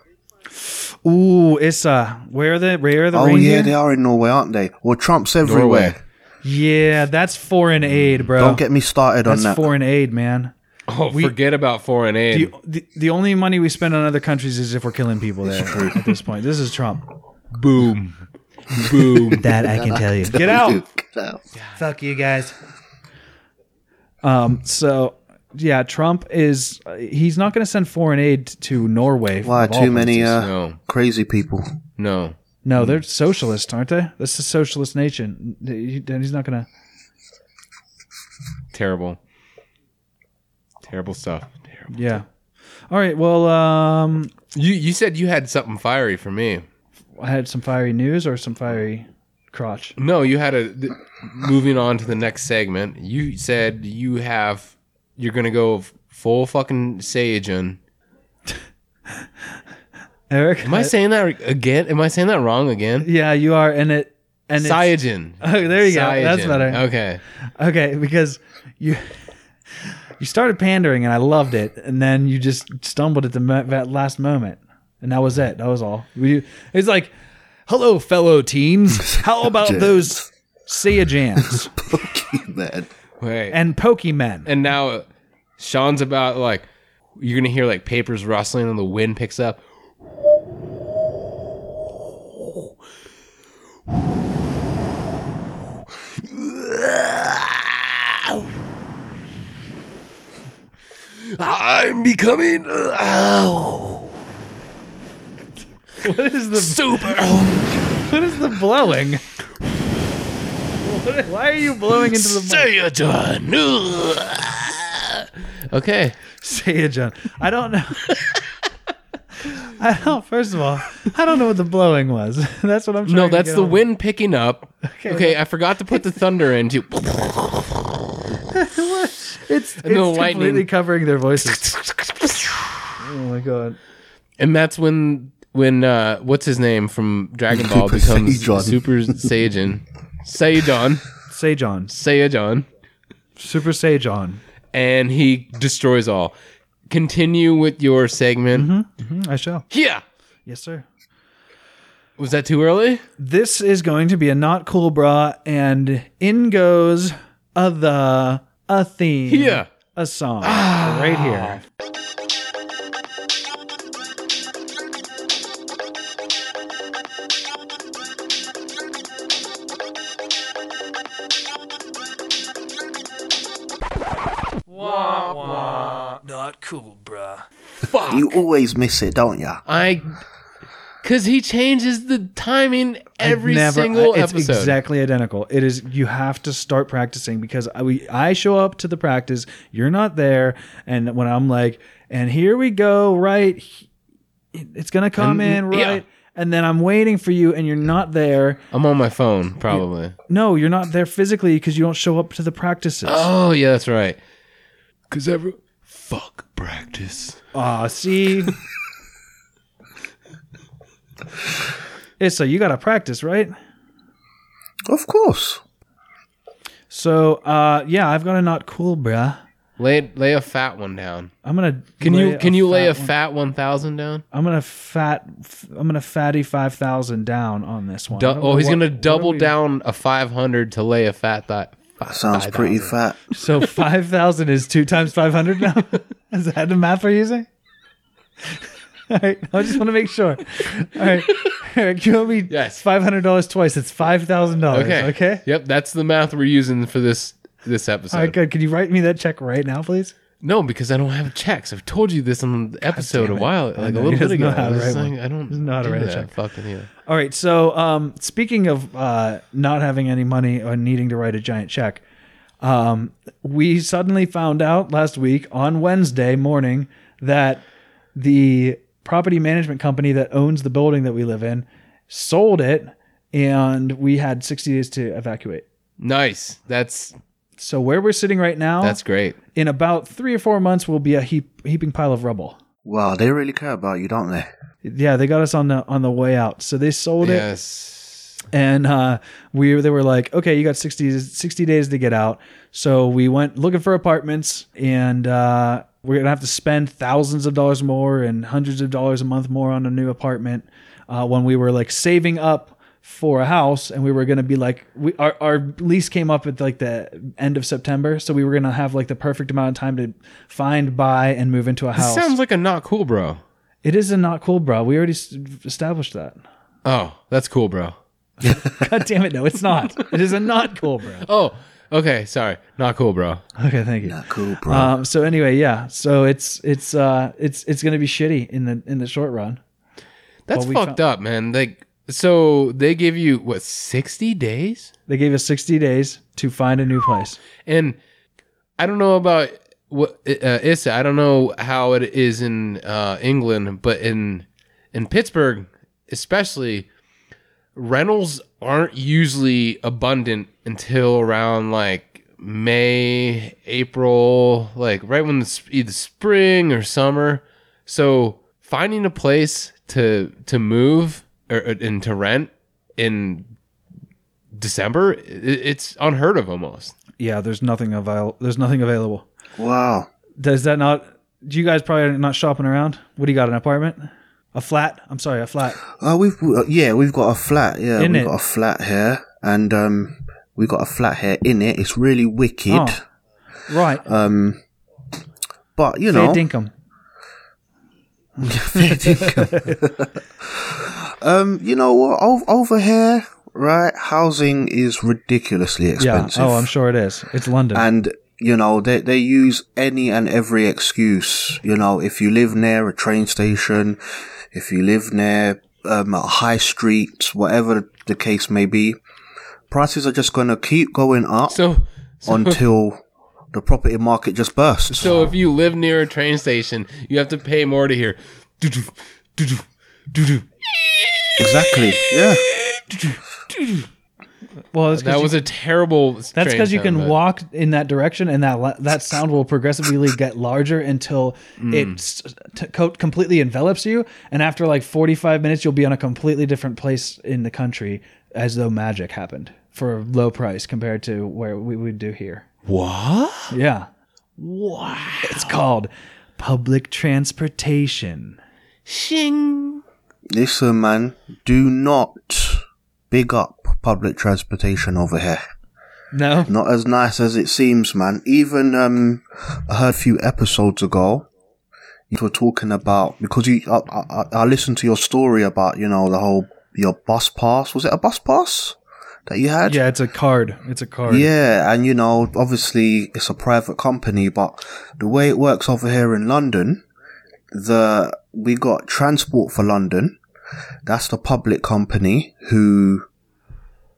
Speaker 1: Ooh, it's uh, where are the where are the
Speaker 3: oh
Speaker 1: reindeer?
Speaker 3: yeah, they are in Norway, aren't they? Well, Trump's everywhere.
Speaker 2: Norway.
Speaker 1: Yeah, that's foreign aid, bro.
Speaker 3: Don't get me started on
Speaker 1: that's
Speaker 3: that.
Speaker 1: foreign aid, man.
Speaker 2: Oh, forget about foreign aid.
Speaker 1: The, the, the only money we spend on other countries is if we're killing people there at this point. This is Trump.
Speaker 2: boom, boom.
Speaker 8: That I can tell you.
Speaker 1: Get out.
Speaker 3: Get out.
Speaker 8: Fuck you guys.
Speaker 1: Um, so yeah, Trump is uh, he's not going to send foreign aid to Norway.
Speaker 3: Why
Speaker 1: of all
Speaker 3: too many
Speaker 1: places.
Speaker 3: uh,
Speaker 2: No.
Speaker 3: crazy people?
Speaker 2: no, Mm,
Speaker 1: No, they're socialist, aren't they? This is socialist nation. He- Then he's not going to.
Speaker 2: terrible, terrible stuff. Terrible.
Speaker 1: Yeah. All right. Well, um,
Speaker 2: You you said you had something fiery for me.
Speaker 1: I had some fiery news or some fiery crotch.
Speaker 2: No, you had a. Th- moving on to the next segment, you said you have. You're gonna go f- full fucking Sajin.
Speaker 1: Eric,
Speaker 2: Am I saying that again? Am I saying that wrong again?
Speaker 1: yeah, you are, and it and it's-
Speaker 2: Sajin.
Speaker 1: Oh, there you go. That's
Speaker 2: Sajin.
Speaker 1: better.
Speaker 2: Okay.
Speaker 1: Okay, because you you started pandering and I loved it, and then you just stumbled at the mo- that last moment, and that was it. That was all. We, it's like, hello, fellow teens. How about those Saiyajans
Speaker 3: Man.
Speaker 2: Wait. And,
Speaker 1: and Pokemon?
Speaker 2: and now uh, Sean's about like you're gonna hear like papers rustling and the wind picks up. I'm becoming
Speaker 4: oh.
Speaker 1: What is the
Speaker 2: super.
Speaker 1: what is the blowing? What- Why are you blowing into the mic?
Speaker 5: uh,
Speaker 2: Okay.
Speaker 1: Saiyajan? I don't know. I don't. First of all, I don't know what the blowing was. That's what I'm. Trying
Speaker 2: No,
Speaker 1: to
Speaker 2: that's
Speaker 1: get
Speaker 2: the
Speaker 1: over.
Speaker 2: wind picking up. Okay, I forgot to put the thunder in too.
Speaker 1: It's, it's
Speaker 2: And the lightning-
Speaker 1: completely covering their voices. oh my god.
Speaker 2: And that's when when uh what's his name from Dragon Ball
Speaker 3: Super
Speaker 2: becomes
Speaker 3: Saiyan.
Speaker 2: Super Saiyan. Saiyan.
Speaker 1: Saiyan.
Speaker 2: Saiyan.
Speaker 1: Super Saiyan.
Speaker 2: And he destroys all. Continue with your segment.
Speaker 1: Mm-hmm, I shall.
Speaker 2: Yeah.
Speaker 1: Yes, sir.
Speaker 2: Was that too early?
Speaker 1: This is going to be a not cool bra, and in goes a the a theme.
Speaker 2: Yeah. Ah.
Speaker 1: A song. Right here.
Speaker 3: You always miss it, don't ya?
Speaker 2: I cuz he changes the timing every
Speaker 1: Never-
Speaker 2: single
Speaker 1: it's
Speaker 2: episode.
Speaker 1: exactly identical. It is you have to start practicing because I we, I show up to the practice, you're not there, and when I'm like, and here we go, right, he- it's gonna come in,
Speaker 2: yeah.
Speaker 1: right, and then I'm waiting for you, and you're not there.
Speaker 2: I'm on my phone probably.
Speaker 1: No, you're not there physically because you don't show up to the practices.
Speaker 2: Oh, yeah, that's right. Cuz every fuck practice.
Speaker 1: Aw, see. Issa, you gotta practice, right?
Speaker 3: Of course.
Speaker 1: So, uh, yeah, I've got a not cool, bruh.
Speaker 2: Lay lay a fat one down.
Speaker 1: I'm gonna.
Speaker 2: Can
Speaker 1: lay
Speaker 2: you can you lay a
Speaker 1: one-
Speaker 2: fat one thousand down?
Speaker 1: I'm gonna fat. f- I'm gonna fatty five thousand down on this one.
Speaker 2: Du-
Speaker 1: I don't
Speaker 2: oh,
Speaker 1: know
Speaker 2: he's
Speaker 1: what-
Speaker 2: gonna
Speaker 1: what are
Speaker 2: double
Speaker 1: we-
Speaker 2: down a five hundred to lay a fat thought.
Speaker 3: Sounds pretty fat.
Speaker 1: So five thousand is two times five hundred now. is that the math we're using? All right, I just want to make sure. All right, Eric, you owe me
Speaker 2: Yes.
Speaker 1: five hundred dollars twice. It's five thousand dollars.
Speaker 2: Okay.
Speaker 1: Okay.
Speaker 2: Yep, that's the math we're using for this this episode.
Speaker 1: All right, good. Can you write me that check right now, please?
Speaker 2: No, because I don't have checks. I've told you this on the episode a while, like a
Speaker 1: know,
Speaker 2: little
Speaker 1: he
Speaker 2: bit
Speaker 1: doesn't know
Speaker 2: ago.
Speaker 1: how to
Speaker 2: I was
Speaker 1: write
Speaker 2: like,
Speaker 1: one.
Speaker 2: I don't
Speaker 1: doesn't know how to
Speaker 2: do
Speaker 1: write a
Speaker 2: that
Speaker 1: check.
Speaker 2: Fucking yeah.
Speaker 1: All right. So, um, speaking of uh, not having any money or needing to write a giant check, um, we suddenly found out last week on Wednesday morning that the property management company that owns the building that we live in sold it, and we had 60 days to evacuate.
Speaker 2: Nice. That's
Speaker 1: So where we're sitting right now,
Speaker 2: that's great.
Speaker 1: in about three or four months, will be a heap, heaping pile of rubble.
Speaker 3: Wow, they really care about you, don't they?
Speaker 1: Yeah, they got us on the on the way out. So they sold it.
Speaker 2: Yes.
Speaker 1: and uh, we they were like, okay, you got 60, 60 days to get out. So we went looking for apartments, and uh, we're gonna have to spend thousands of dollars more and hundreds of dollars a month more on a new apartment uh, when we were like saving up for a house and we were going to be like we our, our lease came up at like the end of september so we were going to have like the perfect amount of time to find buy and move into a
Speaker 2: This
Speaker 1: house
Speaker 2: sounds like a not cool, bro.
Speaker 1: it is a not cool bro we already s- established that
Speaker 2: Oh, that's cool, bro.
Speaker 1: god damn it no it's not it is a not cool bro
Speaker 2: Oh, okay. Sorry, not cool, bro.
Speaker 1: okay thank you
Speaker 3: Cool, bro.
Speaker 1: Um, so anyway, yeah. So it's it's uh it's it's gonna be shitty in the in the short run.
Speaker 2: That's
Speaker 1: Well, we
Speaker 2: fucked up, man. Like, so they give you what sixty days,
Speaker 1: They gave us sixty days to find a new place.
Speaker 2: and I don't know about what uh, Issa. I don't know how it is in uh, England, but in in Pittsburgh, especially, rentals aren't usually abundant until around like May, April, like right when it's either spring or summer. So finding a place to to move or, and to rent in December, i- it's unheard of almost.
Speaker 1: Yeah, there's nothing avail- There's nothing available.
Speaker 3: wow.
Speaker 1: Does that not? Do you guys probably are not shopping around? What do you got? An apartment? A flat? I'm sorry, a flat.
Speaker 3: Uh, we've uh, yeah, we've got a flat. Yeah,
Speaker 1: In
Speaker 3: we've
Speaker 1: it.
Speaker 3: got a flat here, and um, we got a flat here in it. It's really wicked,
Speaker 1: Oh. Right.
Speaker 3: um, but you
Speaker 1: Fair
Speaker 3: know,
Speaker 1: dinkum.
Speaker 3: fair dinkum. um, you know what? O- over here, right? Housing is ridiculously
Speaker 1: Yeah.
Speaker 3: expensive,
Speaker 1: Oh, I'm sure it is. It's London.
Speaker 3: and you know they they use any and every excuse. You know, if you live near a train station, if you live near um, a high street, whatever the case may be, prices are just going to keep going up
Speaker 2: So, so,
Speaker 3: until the property market just bursts.
Speaker 2: so if you live near a train station, you have to pay more to hear. "Doo-doo, doo-doo, doo-doo."
Speaker 3: exactly. Yeah.
Speaker 1: well, that's
Speaker 2: That
Speaker 1: because
Speaker 2: was a terrible.
Speaker 1: that's
Speaker 2: train
Speaker 1: because you
Speaker 2: sound,
Speaker 1: can
Speaker 2: but-
Speaker 1: walk in that direction, and that la- that sound will
Speaker 3: Mm.
Speaker 1: progressively get larger until it s- t- co- completely envelops you. And after like forty five minutes, you'll be on a completely different place in the country, as though magic happened for a low price compared to where we would do here. What? Yeah. Wow. It's called public transportation.
Speaker 3: Listen, man, do not big up public transportation over here.
Speaker 1: No.
Speaker 3: Not as nice as it seems, man. Even um, I heard a few episodes ago, you were talking about because you. I, I, I listened to your story about you know the whole your bus pass. Was it a bus pass that you had?
Speaker 1: Yeah, it's a card. It's a card.
Speaker 3: Yeah, and you know, obviously it's a private company, but the way it works over here in London, the we got Transport for London. That's the public company who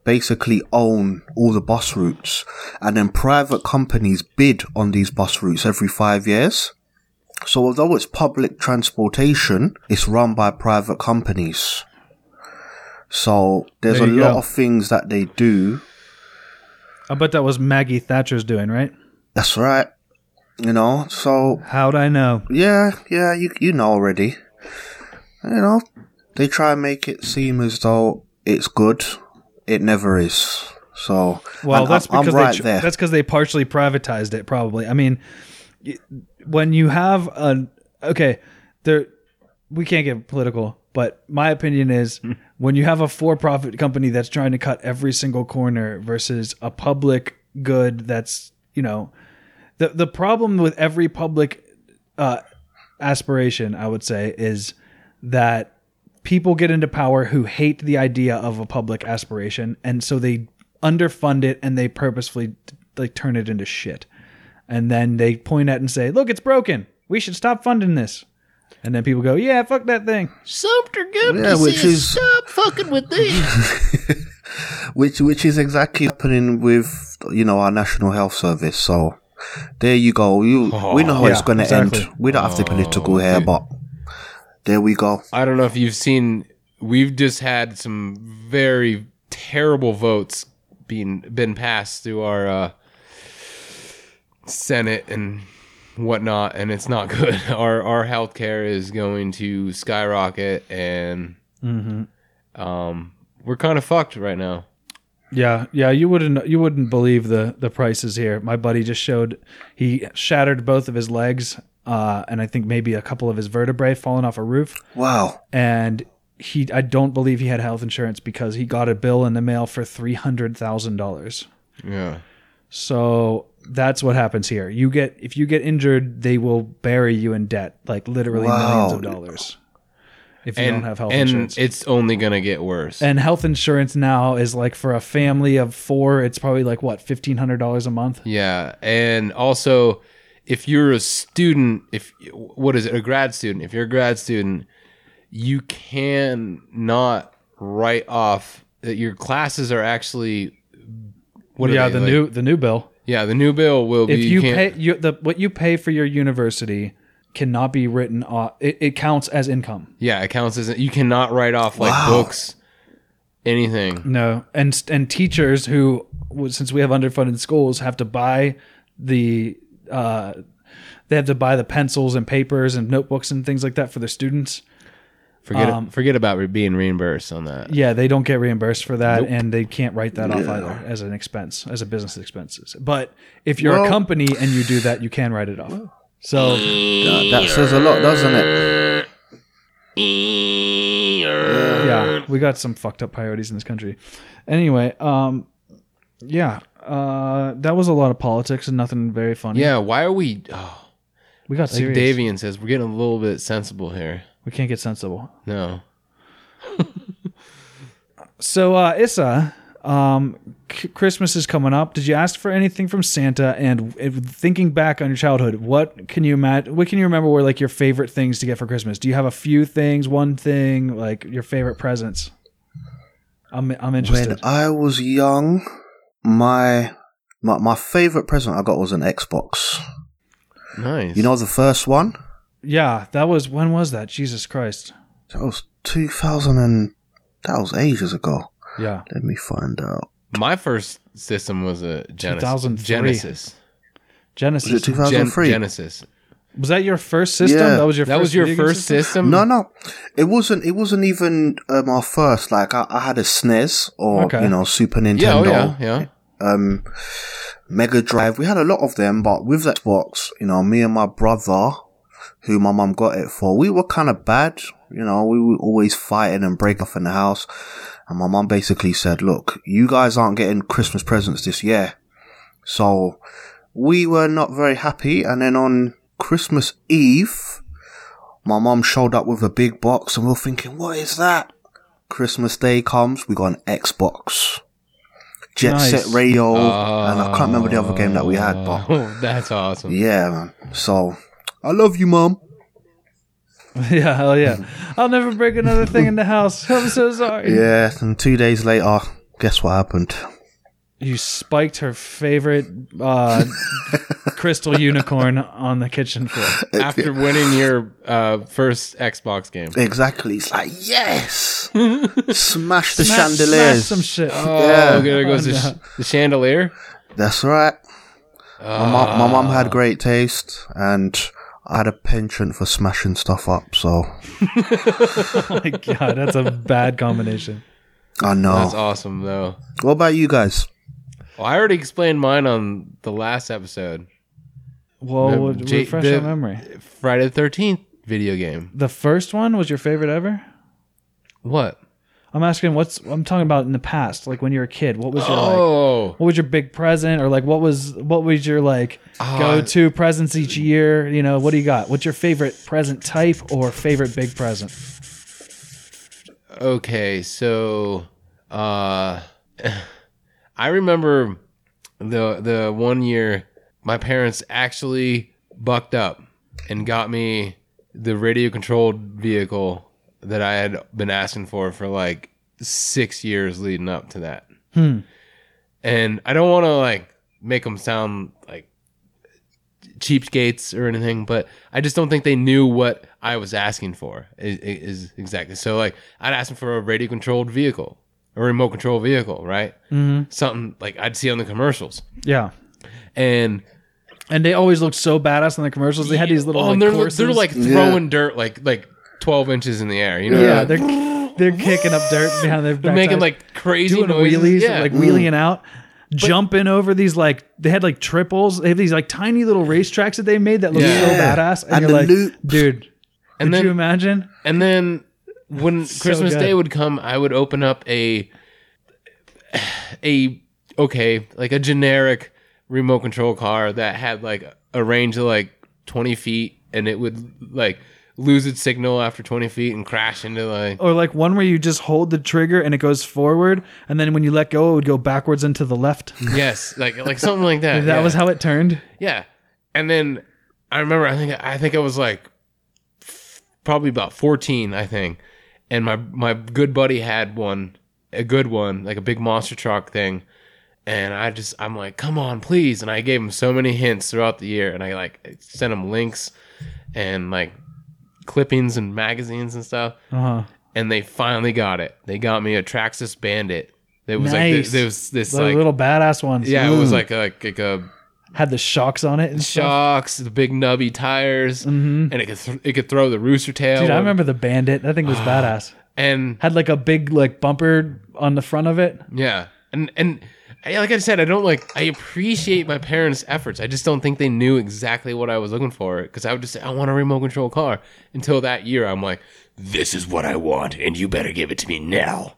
Speaker 3: basically own all the bus routes, and then private companies bid on these bus routes every five years. So although it's public transportation, it's run by private companies. So there's
Speaker 1: There
Speaker 3: a
Speaker 1: you
Speaker 3: lot
Speaker 1: go.
Speaker 3: of things that they do
Speaker 1: I bet that was Maggie Thatcher's doing, right?
Speaker 3: That's right. You know, so
Speaker 1: How'd I know?
Speaker 3: yeah, yeah, you you know already. You know, they try and make it seem as though it's good. It never is. So
Speaker 1: Well,
Speaker 3: and
Speaker 1: that's
Speaker 3: I'm, I'm
Speaker 1: because
Speaker 3: right
Speaker 1: they tr-
Speaker 3: there.
Speaker 1: that's because they partially privatized it. Probably. I mean, y- when you have an okay, there we can't get political, but my opinion is
Speaker 3: Hmm.
Speaker 1: when you have a for-profit company that's trying to cut every single corner versus a public good that's you know the the problem with every public uh, aspiration, I would say, is that people get into power who hate the idea of a public aspiration, and so they underfund it and they purposefully like turn it into shit. and then they point at it and say, "Look, it's broken. We should stop funding this." And then people go, "Yeah, fuck that thing."
Speaker 4: Sumter Goodness
Speaker 3: Yeah, which
Speaker 4: says,
Speaker 3: is-
Speaker 4: stop fucking with this.
Speaker 3: which which is exactly happening with you know our national health service. So there you go. You we know how it's
Speaker 1: Oh, Yeah,
Speaker 3: going to
Speaker 1: exactly. Oh,
Speaker 3: end. We don't have the political hair, but there we go.
Speaker 2: I don't know if you've seen. We've just had some very terrible votes being been passed through our uh, Senate and whatnot, and it's not good. Our our healthcare is going to skyrocket, and
Speaker 1: Mm-hmm.
Speaker 2: um, we're kind of fucked right now.
Speaker 1: Yeah, yeah, you wouldn't you wouldn't believe the the prices here. My buddy just showed he shattered both of his legs, uh, and I think maybe a couple of his vertebrae falling off a roof.
Speaker 3: Wow.
Speaker 1: And he, I don't believe he had health insurance because he got a bill in the mail for three hundred thousand dollars.
Speaker 2: Yeah,
Speaker 1: So that's what happens here. You get if you get injured, they will bury you in debt, like literally millions of
Speaker 3: Wow.
Speaker 1: dollars. If you
Speaker 2: and
Speaker 1: don't have health
Speaker 2: and
Speaker 1: insurance,
Speaker 2: it's only gonna get worse.
Speaker 1: and health insurance now is like for a family of four, it's probably like what fifteen hundred dollars a month.
Speaker 2: Yeah, and also if you're a student, if what is it, a grad student? If you're a grad student, you can not write off that your classes are actually what are
Speaker 1: yeah,
Speaker 2: they,
Speaker 1: the
Speaker 2: like-
Speaker 1: new the new bill.
Speaker 2: yeah the new bill will be
Speaker 1: If you,
Speaker 2: can't-
Speaker 1: pay you, the what you pay for your university cannot be written off. It, it counts as income.
Speaker 2: yeah it counts as you cannot write off like
Speaker 3: Wow.
Speaker 2: books anything
Speaker 1: No, and st- and teachers who w- since we have underfunded schools have to buy the uh, they have to buy the pencils and papers and notebooks and things like that for their students. Um,
Speaker 2: forget forget about re- being reimbursed on that
Speaker 1: Yeah, they don't get reimbursed for that, and they can't write that off either as an expense, as a business expenses. But if you're a
Speaker 3: Well-
Speaker 1: company and you do that, you can write it off. So
Speaker 3: That, that says a lot, doesn't it?
Speaker 1: yeah, we got some fucked up priorities in this country. Anyway, um, yeah, uh, that was a lot of politics and nothing very funny.
Speaker 2: yeah why are we oh,
Speaker 1: we got
Speaker 2: like
Speaker 1: serious.
Speaker 2: Davian says we're getting a little bit sensible here
Speaker 1: We can't get sensible.
Speaker 2: no
Speaker 1: So uh, Issa, um, C- Christmas is coming up. Did you ask for anything from Santa? And if, thinking back on your childhood, what can you imagine? What can you remember were like your favorite things to get for Christmas? Do you have a few things, one thing, like your favorite presents? I'm I'm
Speaker 3: When
Speaker 1: interested.
Speaker 3: I was young, my my my favorite present I got was an Xbox.
Speaker 2: nice
Speaker 3: You know the first one?
Speaker 1: yeah, that was when was that? Jesus Christ.
Speaker 3: That was two thousand and that was ages ago.
Speaker 1: Yeah.
Speaker 3: Let me find out.
Speaker 2: My first system was a Genesis.
Speaker 1: 2003.
Speaker 2: Genesis.
Speaker 1: Genesis.
Speaker 3: Was it two
Speaker 2: Gen-
Speaker 3: thousand three?
Speaker 2: Genesis.
Speaker 1: Was that your first system?
Speaker 3: Yeah.
Speaker 1: That was your
Speaker 2: That
Speaker 1: first
Speaker 2: was your
Speaker 1: video game
Speaker 2: first
Speaker 1: system?
Speaker 2: system?
Speaker 3: No, no, it wasn't. It wasn't even um, our first. Like I, I had a SNES or
Speaker 1: Okay.
Speaker 3: you know Super Nintendo,
Speaker 2: Yeah, oh, yeah, yeah.
Speaker 3: um, Mega Drive. We had a lot of them, but with that box, you know, me and my brother, who my mum got it for, we were kind of bad. You know, we were always fighting and breaking off in the house. And my mum basically said, "Look, you guys aren't getting Christmas presents this year." So we were not very happy. And then on Christmas Eve, my mum showed up with a big box and we we're thinking, what is that? Christmas Day comes, we got an Xbox. Jet
Speaker 1: Nice.
Speaker 3: Set Radio, and I can't remember the other game that we had, but
Speaker 2: Oh, that's awesome.
Speaker 3: yeah, man. So, I love you, mum.
Speaker 1: yeah, hell yeah. I'll never break another thing in the house. I'm so sorry.
Speaker 3: Yeah, and two days later, guess what happened?
Speaker 1: You spiked her favorite uh, crystal unicorn on the kitchen floor.
Speaker 2: After winning your uh, first Xbox game.
Speaker 3: Exactly, it's like, yes! smash the
Speaker 1: Smash-
Speaker 3: chandeliers.
Speaker 1: Smash some shit.
Speaker 2: Oh,
Speaker 3: Yeah.
Speaker 2: there goes the, sh- the chandelier. Ah.
Speaker 3: That's right. my, mum, my mum had great taste, and I had a penchant for smashing stuff up, so
Speaker 1: Oh my God, that's a bad combination.
Speaker 3: I know.
Speaker 2: That's awesome, though.
Speaker 3: What about you guys?
Speaker 2: Well, I already explained mine on the last episode.
Speaker 1: Well,
Speaker 2: The J-
Speaker 1: refresh
Speaker 2: the-
Speaker 1: your memory.
Speaker 2: Friday the 13th video game.
Speaker 1: The first one was your favorite ever?
Speaker 2: What?
Speaker 1: I'm asking what's I'm talking about in the past, like when you were a kid. What was your like,
Speaker 2: Oh,
Speaker 1: what was your big present or like what was what was your like
Speaker 2: Ah.
Speaker 1: go to presents each year? You know, what do you got? What's your favorite present type or favorite big present?
Speaker 2: okay. So, uh, I remember the the one year my parents actually bucked up and got me the radio controlled vehicle that I had been asking for for like six years leading up to that.
Speaker 3: Hmm.
Speaker 2: And I don't want to like make them sound like cheapskates or anything, but I just don't think they knew what I was asking for. Is, is exactly so like I'd ask them for a radio controlled vehicle, a remote control vehicle, right? Mm-hmm. Something like I'd see on the commercials,
Speaker 1: Yeah.
Speaker 2: and
Speaker 1: And they always looked so badass on the commercials. They had these little
Speaker 2: oh,
Speaker 1: like,
Speaker 2: and they're
Speaker 1: courses.
Speaker 2: they're like throwing dirt like like twelve inches in the air, you know?
Speaker 1: yeah, they're they're kicking up dirt behind their
Speaker 2: They're making
Speaker 1: backsides.
Speaker 2: like crazy
Speaker 1: doing
Speaker 2: noises.
Speaker 1: wheelies,
Speaker 2: yeah.
Speaker 1: like wheeling out, jumping over these like they had like triples. They have these like tiny little racetracks that they made that look
Speaker 2: Yeah.
Speaker 3: Yeah.
Speaker 1: so badass. And,
Speaker 3: And
Speaker 1: you're
Speaker 3: the
Speaker 1: like,
Speaker 3: loops.
Speaker 1: dude,
Speaker 2: and
Speaker 1: could
Speaker 2: then
Speaker 1: you imagine?
Speaker 2: And then when Christmas
Speaker 1: good.
Speaker 2: Day would come, I would open up a a okay, like a generic remote control car that had like a range of like 20 feet and it would like lose its signal after 20 feet and crash into like
Speaker 1: Or like one where you just hold the trigger and it goes forward, and then when you let go, it would go backwards and to the left.
Speaker 2: yes, like like something like that.
Speaker 1: That
Speaker 2: yeah.
Speaker 1: was how it turned.
Speaker 2: Yeah. And then I remember I think I think I was like f- probably about 14, I think. And my my good buddy had one, a good one, like a big monster truck thing. And I just I'm like, "Come on, please." And I gave him so many hints throughout the year and I like sent him links and like clippings and magazines and stuff.
Speaker 1: Uh-huh.
Speaker 2: And they finally got it. They got me a Traxxas Bandit. That was like
Speaker 1: Nice.
Speaker 2: this, there was this
Speaker 1: The
Speaker 2: like
Speaker 1: little badass ones.
Speaker 2: yeah, it was like a like a
Speaker 1: had the shocks on it and stuff.
Speaker 2: shocks, the big nubby tires, and it could th- it could throw the rooster tail.
Speaker 1: Mm-hmm. Dude, I remember the bandit. That thing was badass.
Speaker 2: Ah, And
Speaker 1: Had like a big like bumper on the front of it.
Speaker 2: yeah, and and I, like I said, I don't like. I appreciate my parents' efforts. I just don't think they knew exactly what I was looking for because I would just say I want a remote control car. Until that year, I'm like, this is what I want, and you better give it to me now.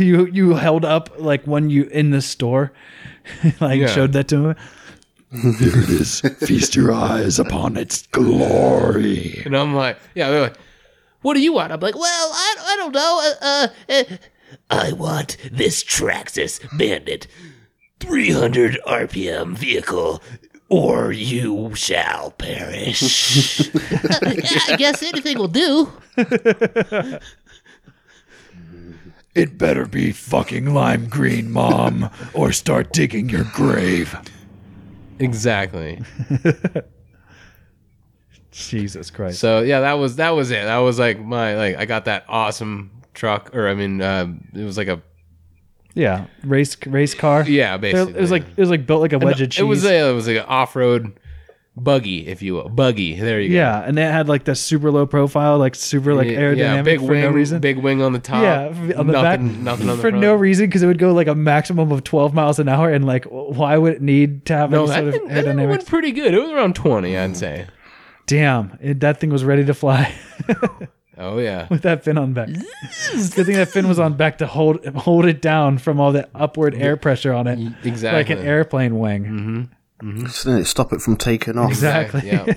Speaker 1: you you held up like when you in the store, like
Speaker 2: Yeah.
Speaker 1: showed that to him.
Speaker 2: And I'm like, yeah, they're like, what do you want? I'm like,
Speaker 4: Well, I, I don't know. Uh, uh, uh, I want this Traxxas Bandit 300 RPM vehicle, or you shall perish. yeah, uh, I guess anything will do.
Speaker 5: It better be fucking lime green, Mom, or start digging your grave.
Speaker 2: exactly.
Speaker 1: Jesus Christ!
Speaker 2: So yeah, that was that was it. That was like my like I got that awesome truck, or I mean, uh, it was like a
Speaker 1: Yeah, race race car.
Speaker 2: Yeah,
Speaker 1: They're-
Speaker 2: basically.
Speaker 1: it was like it was like built like a wedge of cheese.
Speaker 2: it was a, it was like an off road buggy, if you will. Buggy. There you
Speaker 1: yeah, and it had like the super low profile, like super
Speaker 2: go.
Speaker 1: like aerodynamic
Speaker 2: big
Speaker 1: for
Speaker 2: wing,
Speaker 1: no reason.
Speaker 2: big wing on the top.
Speaker 1: yeah, f- on the
Speaker 2: nothing,
Speaker 1: back,
Speaker 2: nothing on the
Speaker 1: for
Speaker 2: front.
Speaker 1: no reason because it would go like a maximum of twelve miles an hour, and like w- why would it need to have
Speaker 2: No,
Speaker 1: any
Speaker 2: that,
Speaker 1: sort of
Speaker 2: thing- that thing
Speaker 1: aerodynamics?
Speaker 2: went pretty good. It was around twenty, I'd say.
Speaker 1: Damn, it, that thing was ready to fly
Speaker 2: Oh yeah,
Speaker 1: with that fin on back. It's a Good thing that fin was on back to hold hold it down from all that upward air pressure on it.
Speaker 2: exactly. Mm-hmm.
Speaker 1: like an airplane wing.
Speaker 3: So then it stop it from taking off.
Speaker 1: Exactly.
Speaker 2: Yeah.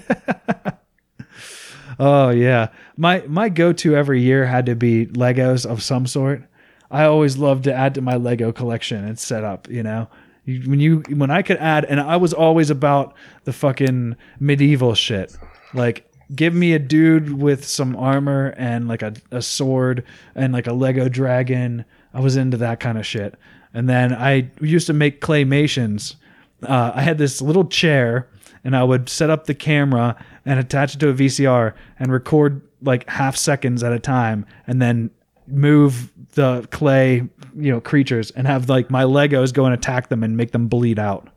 Speaker 1: Oh yeah. My my go to every year had to be Legos of some sort. I always loved to add to my Lego collection and set up, you know. You- When you when I could add and I was always about the fucking medieval shit. Like give me a dude with some armor and like a, a sword and like a Lego dragon. I was into that kind of shit. And then I used to make claymations uh, I had this little chair and I would set up the camera and attach it to a VCR and record like half seconds at a time and then move the clay, you know, creatures and have like my Legos go and attack them and make them bleed out.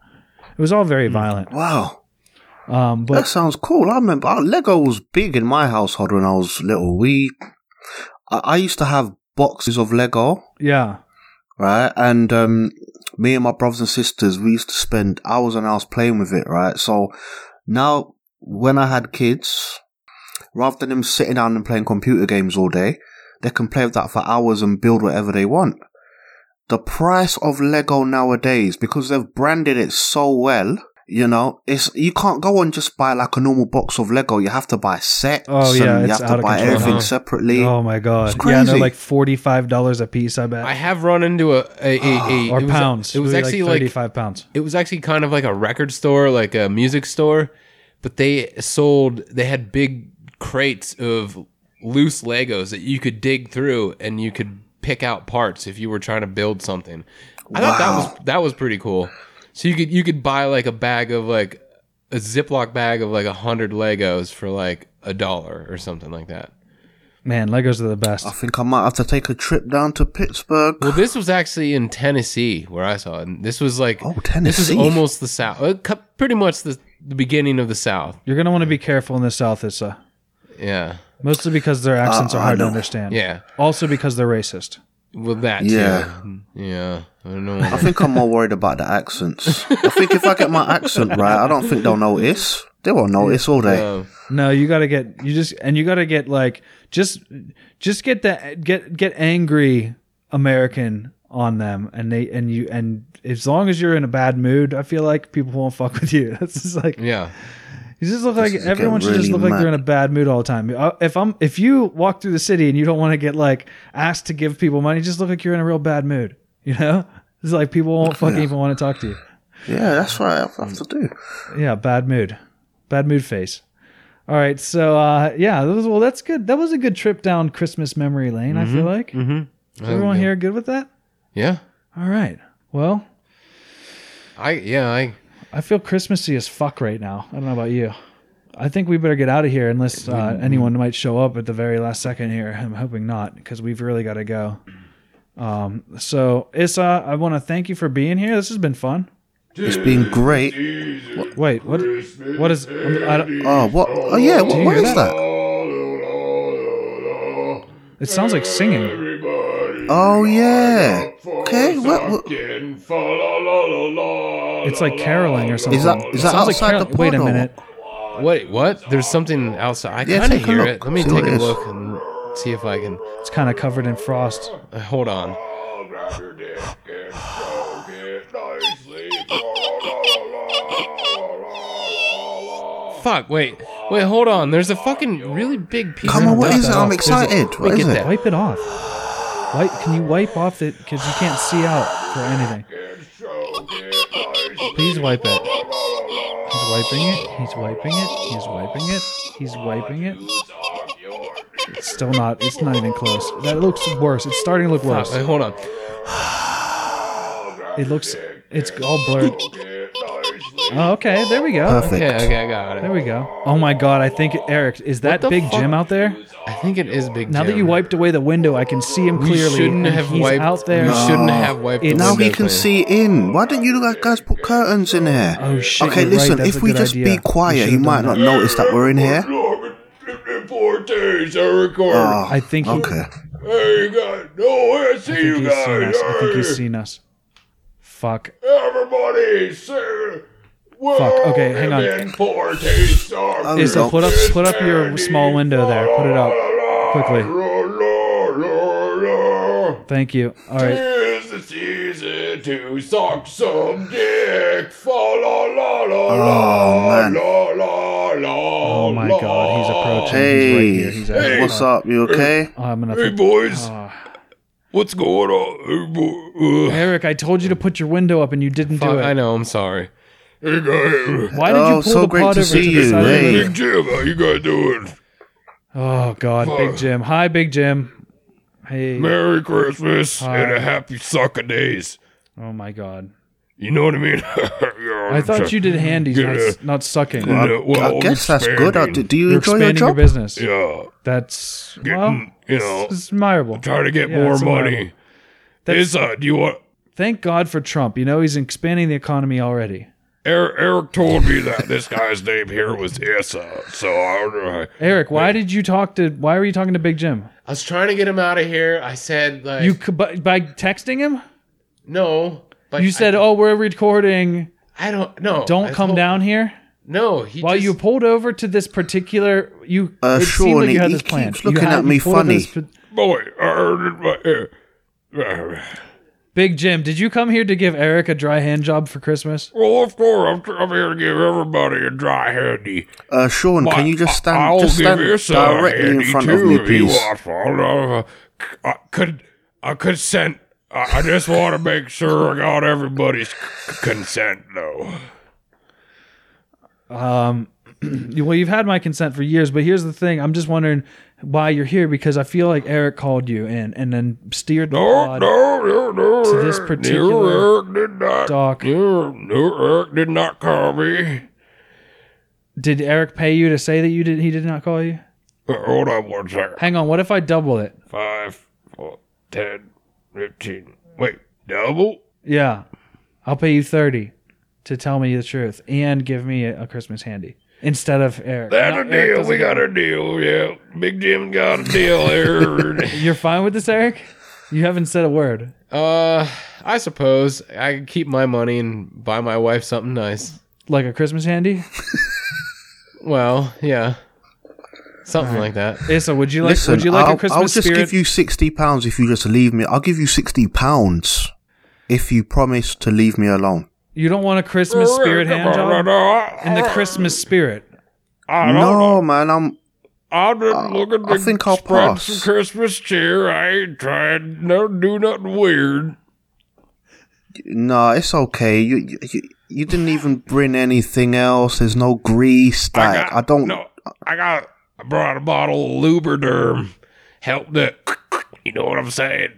Speaker 1: It was all very violent.
Speaker 3: Hmm. Wow.
Speaker 1: Um, but
Speaker 3: That sounds cool. I remember uh, Lego was big in my household when I was little. We, I, I used to have boxes of Lego,
Speaker 1: yeah,
Speaker 3: right? And um, me and my brothers and sisters, we used to spend hours and hours playing with it, right? So now, when I had kids, rather than them sitting down and playing computer games all day, they can play with that for hours and build whatever they want. The price of Lego nowadays, because they've branded it so well, You know, it's you can't go on just buy like a normal box of Lego. You have to buy sets.
Speaker 1: Oh, yeah,
Speaker 3: and you
Speaker 1: it's
Speaker 3: have to
Speaker 1: out of
Speaker 3: buy
Speaker 1: control.
Speaker 3: everything
Speaker 2: Uh-huh.
Speaker 3: separately.
Speaker 1: Oh my god!
Speaker 3: It's
Speaker 1: Yeah, and they're
Speaker 3: crazy.
Speaker 1: like forty five dollars a piece. I bet,
Speaker 2: I have run into a, a, a, a
Speaker 1: Ah, or
Speaker 2: it was-
Speaker 1: pounds.
Speaker 2: it was actually
Speaker 1: like thirty
Speaker 2: like
Speaker 1: five pounds.
Speaker 2: it was actually kind of like a record store, like a music store, but they sold they had big crates of loose Legos that you could dig through and you could pick out parts if you were trying to build something. I thought that was that was pretty cool. So you could you could buy like a bag of like a Ziploc bag of like a hundred Legos for like a dollar or something like that.
Speaker 1: Man, Legos are the best.
Speaker 3: I think I might have to take a trip down to Pittsburgh.
Speaker 2: Well, this was actually in Tennessee where I saw it. And this was like
Speaker 3: Oh,
Speaker 2: This is
Speaker 3: Tennessee.
Speaker 2: almost the South, uh, cu- pretty much the, the beginning of the South.
Speaker 1: You're gonna want to be careful in the South, Issa.
Speaker 2: Yeah,
Speaker 1: Mostly because their accents
Speaker 3: Uh,
Speaker 1: are
Speaker 3: I
Speaker 1: hard to
Speaker 3: know.
Speaker 1: understand.
Speaker 2: yeah.
Speaker 1: Also because they're racist.
Speaker 2: Well, that
Speaker 3: Yeah.
Speaker 2: too. Yeah, I don't know.
Speaker 3: I think I'm more worried about the accents. I think if I get my accent right, I don't think they'll notice. They won't notice, will they?
Speaker 2: Um,
Speaker 1: No, you gotta get you just and you gotta get like just just get that get get angry American on them and they and you and as long as you're in a bad mood, I feel like people won't fuck with you. It's just like
Speaker 2: yeah,
Speaker 1: You just look like
Speaker 3: is
Speaker 1: everyone should
Speaker 3: getting
Speaker 1: just
Speaker 3: really
Speaker 1: look like they're
Speaker 3: mad.
Speaker 1: in a bad mood all the time. Uh, If I'm if you walk through the city and you don't want to get like asked to give people money, just look like you're in a real bad mood. You know, it's like people won't fucking even want to talk to you.
Speaker 3: Yeah, that's what I have- have to do.
Speaker 1: Yeah, bad mood, bad mood face. All right, so uh, yeah, that was, well, that's good. That was a good trip down Christmas memory lane. I feel like Is everyone here good with that.
Speaker 2: yeah.
Speaker 1: All right, well,
Speaker 2: I yeah I
Speaker 1: I feel Christmassy as fuck right now. I don't know about you. I think we better get out of here unless uh,
Speaker 2: Mm-hmm.
Speaker 1: anyone might show up at the very last second here. I'm hoping not because we've really got to go. Um, so Issa, I want to thank you for being here. This has been fun.
Speaker 3: It's been great.
Speaker 1: Wait, what? What is? I'm- I don't-
Speaker 3: Oh, what? Oh, yeah, what, what is that?
Speaker 1: it sounds like singing.
Speaker 3: Oh, yeah. Okay, what, what-
Speaker 1: It's like caroling or something.
Speaker 3: Is that- is
Speaker 1: It
Speaker 3: that
Speaker 1: sounds
Speaker 3: outside the pod
Speaker 1: Wait a
Speaker 3: or
Speaker 1: minute.
Speaker 2: wait what? There's something outside. I
Speaker 3: Yeah,
Speaker 2: kind of
Speaker 3: take a
Speaker 2: hear
Speaker 3: look.
Speaker 2: it. Let me
Speaker 3: See
Speaker 2: take
Speaker 3: what
Speaker 2: a
Speaker 3: it is.
Speaker 2: look and see if I can.
Speaker 1: It's kind of covered in frost.
Speaker 2: uh, hold on. Fuck! Wait, wait, hold on. There's a fucking really big piece.
Speaker 3: Come
Speaker 2: of
Speaker 3: on, what
Speaker 2: dust
Speaker 3: is it?
Speaker 2: off.
Speaker 3: I'm
Speaker 2: There's a-
Speaker 3: excited.
Speaker 2: wait,
Speaker 3: What is
Speaker 2: get
Speaker 3: it?
Speaker 2: that.
Speaker 1: Wipe it off. Wipe. Can you wipe off it? Because you can't see out for anything. Please wipe it. He's wiping it. He's wiping it. He's wiping it. He's wiping it. It's still not. It's not even close. That looks worse. It's starting to look
Speaker 2: Fuck,
Speaker 1: worse.
Speaker 2: wait, hold on.
Speaker 1: It looks. It's all blurred. Oh, okay. There we go.
Speaker 3: Perfect.
Speaker 2: Okay, okay, I got
Speaker 1: There
Speaker 2: it.
Speaker 1: we go. Oh my God! I think Eric is that
Speaker 2: the
Speaker 1: big
Speaker 2: fuck?
Speaker 1: Jim out there.
Speaker 2: I think it is big.
Speaker 1: Now that you
Speaker 2: Jim.
Speaker 1: wiped away the window, I can see him
Speaker 2: We
Speaker 1: clearly.
Speaker 2: shouldn't
Speaker 1: and
Speaker 2: have
Speaker 1: he's
Speaker 2: wiped.
Speaker 1: out there.
Speaker 2: We shouldn't have wiped. the
Speaker 1: It's-
Speaker 3: Now he
Speaker 2: window
Speaker 3: can
Speaker 2: clean.
Speaker 3: see in. Why didn't you guys put curtains in here?
Speaker 1: Oh, shit,
Speaker 3: Okay,
Speaker 1: you're right.
Speaker 3: listen.
Speaker 1: That's a
Speaker 3: If we
Speaker 1: good
Speaker 3: just
Speaker 1: idea.
Speaker 3: be
Speaker 1: We
Speaker 3: quiet, he
Speaker 1: should've
Speaker 3: might
Speaker 1: done
Speaker 3: not notice that we're in here.
Speaker 5: Four days, I record.
Speaker 3: Oh,
Speaker 1: I think he-
Speaker 3: Okay.
Speaker 5: hey, you guys. No, I see
Speaker 1: I think
Speaker 5: you
Speaker 1: he's seen
Speaker 5: guys.
Speaker 1: us. I think he's
Speaker 5: Hey,
Speaker 1: seen us. Fuck.
Speaker 5: Everybody, say,
Speaker 1: Fuck. Okay, hang on.
Speaker 5: Four days, are
Speaker 3: Oh,
Speaker 1: Is
Speaker 3: no.
Speaker 1: to put up put up your small window there. Put it up quickly. Thank you. All right.
Speaker 5: Tis the season to suck some dick. Fa la la la
Speaker 3: Oh,
Speaker 5: la
Speaker 3: man.
Speaker 5: la la la.
Speaker 1: Oh my god, he's approaching.
Speaker 3: Hey,
Speaker 1: he's right here. He's out
Speaker 3: what's up? You okay?
Speaker 1: Oh, I'm gonna. Ah. Hey,
Speaker 5: Hey boys, what's going on? Hey, boy. uh,
Speaker 1: Eric, I told you to put your window up and you didn't
Speaker 2: Fuck,
Speaker 1: do
Speaker 2: I
Speaker 1: it.
Speaker 2: know. I'm sorry.
Speaker 5: hey guys.
Speaker 1: Why did you
Speaker 3: Oh,
Speaker 1: pull
Speaker 3: so
Speaker 1: the
Speaker 3: great
Speaker 1: pod
Speaker 3: to
Speaker 1: over
Speaker 3: see
Speaker 1: to the
Speaker 3: you.
Speaker 1: side
Speaker 3: Hey.
Speaker 1: of the
Speaker 5: Big Jim, how you guys doing?
Speaker 1: Oh god, Big Jim. Hi, Big Jim. Hey.
Speaker 5: Merry Christmas and
Speaker 1: Hi.
Speaker 5: a happy sucker days.
Speaker 1: Oh my god.
Speaker 5: You know what I mean?
Speaker 1: I thought you did handies,
Speaker 5: Get
Speaker 1: not,
Speaker 5: it.
Speaker 1: not sucking.
Speaker 5: Yeah,
Speaker 3: I
Speaker 5: well,
Speaker 3: guess that's good. I-
Speaker 5: expanding.
Speaker 3: Do you
Speaker 1: You're
Speaker 3: enjoy your
Speaker 1: expanding your
Speaker 3: job?
Speaker 1: business.
Speaker 5: Yeah,
Speaker 1: That's
Speaker 5: getting,
Speaker 1: well,
Speaker 5: you know,
Speaker 1: it's admirable.
Speaker 5: trying to get
Speaker 1: Yeah,
Speaker 5: more
Speaker 1: it's
Speaker 5: money.
Speaker 1: That's-
Speaker 5: Is uh, do you want?
Speaker 1: Thank God for Trump. You know he's expanding the economy already.
Speaker 5: Eric, Eric told me that this guy's name here was Issa, so I don't know.
Speaker 1: Eric, why did you talk to? Why were you talking to Big Jim?
Speaker 2: I was trying to get him out of here. I said like
Speaker 1: You c- by, by texting him.
Speaker 2: no. But
Speaker 1: You said, "Oh, we're recording.
Speaker 2: I, I don't no.
Speaker 1: Don't
Speaker 2: I
Speaker 1: come
Speaker 2: told-
Speaker 1: down here."
Speaker 2: No. He
Speaker 1: While you
Speaker 2: just-
Speaker 1: pulled over to this particular, you
Speaker 3: Uh,
Speaker 1: it seemed
Speaker 3: sure,
Speaker 1: like you
Speaker 3: and
Speaker 1: had
Speaker 3: he
Speaker 1: this plan.
Speaker 3: keeps looking
Speaker 1: you had,
Speaker 3: at me
Speaker 1: you pulled over to
Speaker 3: funny.
Speaker 1: this pa-
Speaker 5: uh, Boy, I heard it right here.
Speaker 1: Big Jim, did you come here to give Eric a dry hand job for Christmas?
Speaker 12: Well, of course, I'm, I'm here to give everybody a dry handy.
Speaker 3: Uh, Sean,
Speaker 12: But
Speaker 3: can you just stand,
Speaker 12: I'll
Speaker 3: just
Speaker 12: give
Speaker 3: stand
Speaker 12: you some
Speaker 3: directly in
Speaker 12: handy
Speaker 3: front of
Speaker 12: too
Speaker 3: me,
Speaker 12: if you
Speaker 3: please?
Speaker 12: want. I'll, uh, c- I could, I could send. I I just want to make sure I got everybody's c- c- consent, though.
Speaker 1: Um, Well, you've had my consent for years, but here's the thing. I'm just wondering why you're here because I feel like Eric called you in and then steered the
Speaker 12: No,
Speaker 1: pod.
Speaker 12: no, no, no.
Speaker 1: to this
Speaker 12: Eric-
Speaker 1: particular
Speaker 12: Eric did not.
Speaker 1: doc.
Speaker 12: No, no, Eric did not call me.
Speaker 1: Did Eric pay you to say that you did he did not call you?
Speaker 12: Uh, Hold on one second.
Speaker 1: Hang on, what if I double it?
Speaker 12: Five, four, ten, fifteen. Wait, double?
Speaker 1: Yeah. I'll pay you 30 to tell me the truth and give me a, a Christmas handy instead of Eric.
Speaker 12: That's
Speaker 1: Now,
Speaker 12: a
Speaker 1: Eric
Speaker 12: deal.
Speaker 1: doesn't-
Speaker 12: We got a deal. Yeah, Big Jim got a deal there.
Speaker 1: You're fine with this, Eric? You haven't said a word.
Speaker 2: Uh, I suppose I could keep my money and buy my wife something nice.
Speaker 1: Like a Christmas handy?
Speaker 2: Well, yeah, something like that.
Speaker 1: Issa, would you like
Speaker 3: Listen,
Speaker 1: would you like
Speaker 3: I'll,
Speaker 1: a Christmas
Speaker 3: I'll just
Speaker 1: spirit?
Speaker 3: give you sixty pounds if you just leave me. I'll give you sixty pounds if you promise to leave me alone.
Speaker 1: You don't want a Christmas spirit hand job? In
Speaker 12: I,
Speaker 1: the Christmas spirit.
Speaker 12: I don't
Speaker 3: No,
Speaker 12: know.
Speaker 3: man, I'm Uh,
Speaker 12: I'm just looking to
Speaker 3: I think I'll
Speaker 12: spread
Speaker 3: pass.
Speaker 12: some Christmas cheer. I ain't trying no do nothing weird.
Speaker 3: no. It's okay. You you, you, you didn't even bring anything else. There's no grease. Like I,
Speaker 12: got-
Speaker 3: don't.
Speaker 12: No, I got. I brought a bottle of Lubriderm. Helped it. You know what I'm saying?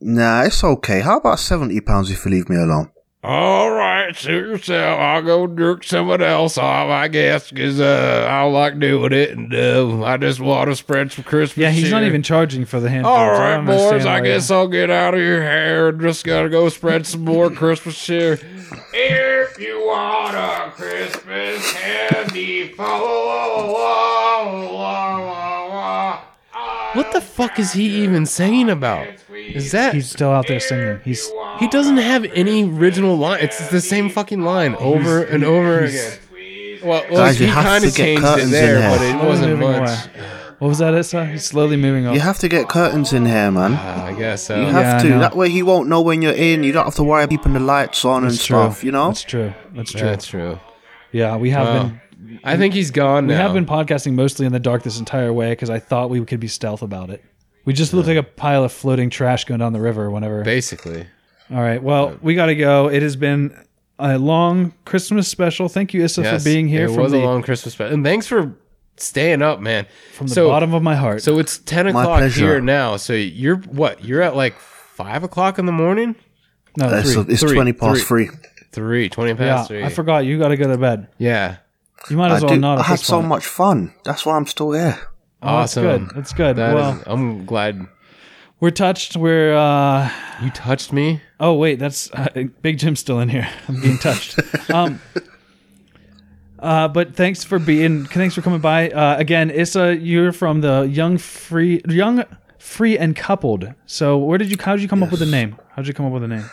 Speaker 3: Nah, it's okay. How about seventy pounds if you leave me alone?
Speaker 12: All right, suit yourself. I'll go jerk someone else off, I guess, because uh, I like doing it, and uh, I just want to spread some Christmas.
Speaker 1: Yeah, he's not
Speaker 12: cheer.
Speaker 1: even charging for the hand
Speaker 12: All
Speaker 1: jobs.
Speaker 12: right,
Speaker 1: don't
Speaker 12: boys.
Speaker 1: understand
Speaker 12: I
Speaker 1: why-
Speaker 12: guess I'll get out of your hair. and Just gotta go spread some more Christmas cheer. If you want a Christmas candy, fa la la la la la la la.
Speaker 2: What the fuck is he even singing about? Is that
Speaker 1: He's still out there singing. He's
Speaker 2: he doesn't have any original line? It's the same fucking line over and over again. Well, well
Speaker 3: Guys, you
Speaker 2: he
Speaker 3: have
Speaker 2: kind
Speaker 3: to
Speaker 2: of
Speaker 3: get
Speaker 2: changed it
Speaker 3: curtains
Speaker 2: there,
Speaker 3: in here.
Speaker 2: but it
Speaker 1: slowly
Speaker 2: wasn't
Speaker 1: moving
Speaker 2: much.
Speaker 1: away. What was that, Issa? He's slowly moving off.
Speaker 3: You have to get curtains in here, man.
Speaker 2: Uh, I guess so.
Speaker 3: You
Speaker 1: Yeah, I
Speaker 3: have to.
Speaker 1: know.
Speaker 3: That way he won't know when you're in. You don't have to worry about keeping the lights on and
Speaker 1: That's true.
Speaker 3: stuff. You know.
Speaker 1: That's true. That's true.
Speaker 2: That's true.
Speaker 1: yeah, we have been
Speaker 2: I think he's gone now.
Speaker 1: we have been podcasting mostly in the dark this entire way because I thought we could be stealth about it. We just look like a pile of floating trash going down the river whenever.
Speaker 2: basically.
Speaker 1: All right. Well, we got to go. It has been a long Christmas special. Thank you, Issa,
Speaker 2: Yes,
Speaker 1: for being here
Speaker 2: It
Speaker 1: from
Speaker 2: was
Speaker 1: the,
Speaker 2: a long Christmas special, and thanks for staying up, man.
Speaker 1: from the bottom of my heart.
Speaker 2: So it's ten o'clock
Speaker 3: pleasure.
Speaker 2: here now. So you're what? You're at like five o'clock in the morning.
Speaker 1: no,
Speaker 3: It's,
Speaker 1: three.
Speaker 3: it's
Speaker 2: three,
Speaker 3: twenty past three.
Speaker 2: Three, 20
Speaker 1: yeah,
Speaker 2: past three.
Speaker 1: I forgot. You got to go to bed.
Speaker 2: Yeah,
Speaker 1: You might
Speaker 3: I,
Speaker 1: as well
Speaker 3: did,
Speaker 1: not.
Speaker 3: I
Speaker 1: At
Speaker 3: had
Speaker 1: this
Speaker 3: so
Speaker 1: point.
Speaker 3: much fun. That's why I'm still here.
Speaker 1: Oh,
Speaker 2: awesome.
Speaker 1: That's good. That's good.
Speaker 2: That is-
Speaker 1: well,
Speaker 2: I'm glad
Speaker 1: we're touched. We're. uh
Speaker 2: you touched me.
Speaker 1: Oh wait, that's uh, Big Jim's still in here. I'm being touched. um, uh, but thanks for being, thanks for coming by uh, again, Issa. You're from the Young Free, Young Free and Coupled. So where did you? How did you come up with the name? How did you come up with the name?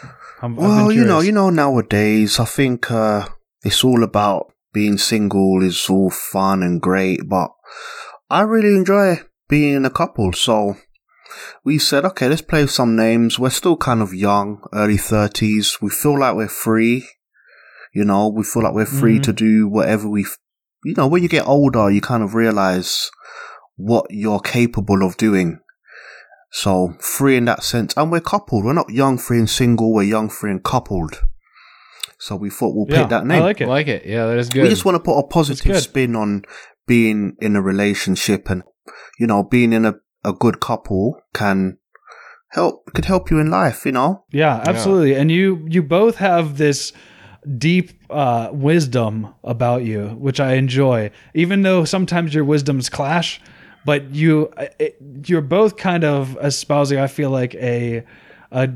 Speaker 1: I'm, I've been
Speaker 3: Well, you know,
Speaker 1: curious.
Speaker 3: you know, nowadays I think uh, it's all about being single is all fun and great, but I really enjoy being in a couple. So we said, okay, let's play with some names. We're still kind of young, early thirties. We feel like we're free. You know, we feel like we're free
Speaker 1: Mm-hmm.
Speaker 3: to do whatever we. F- you know, when you get older, you kind of realize what you're capable of doing. So free in that sense, and we're coupled. We're not young, free, and single. We're young, free, and coupled. So we thought we'll
Speaker 1: Yeah,
Speaker 3: pick that name.
Speaker 1: I like it.
Speaker 2: Like it. Yeah, that is good.
Speaker 3: We just want to put a positive
Speaker 1: That's good.
Speaker 3: spin on being in a relationship and, you know, being in a, a good couple can help, could help you in life, you know?
Speaker 1: Yeah, absolutely. And you you both have this deep uh, wisdom about you, which I enjoy. Even though sometimes your wisdoms clash, but you I- it, you're both kind of espousing. I feel like a a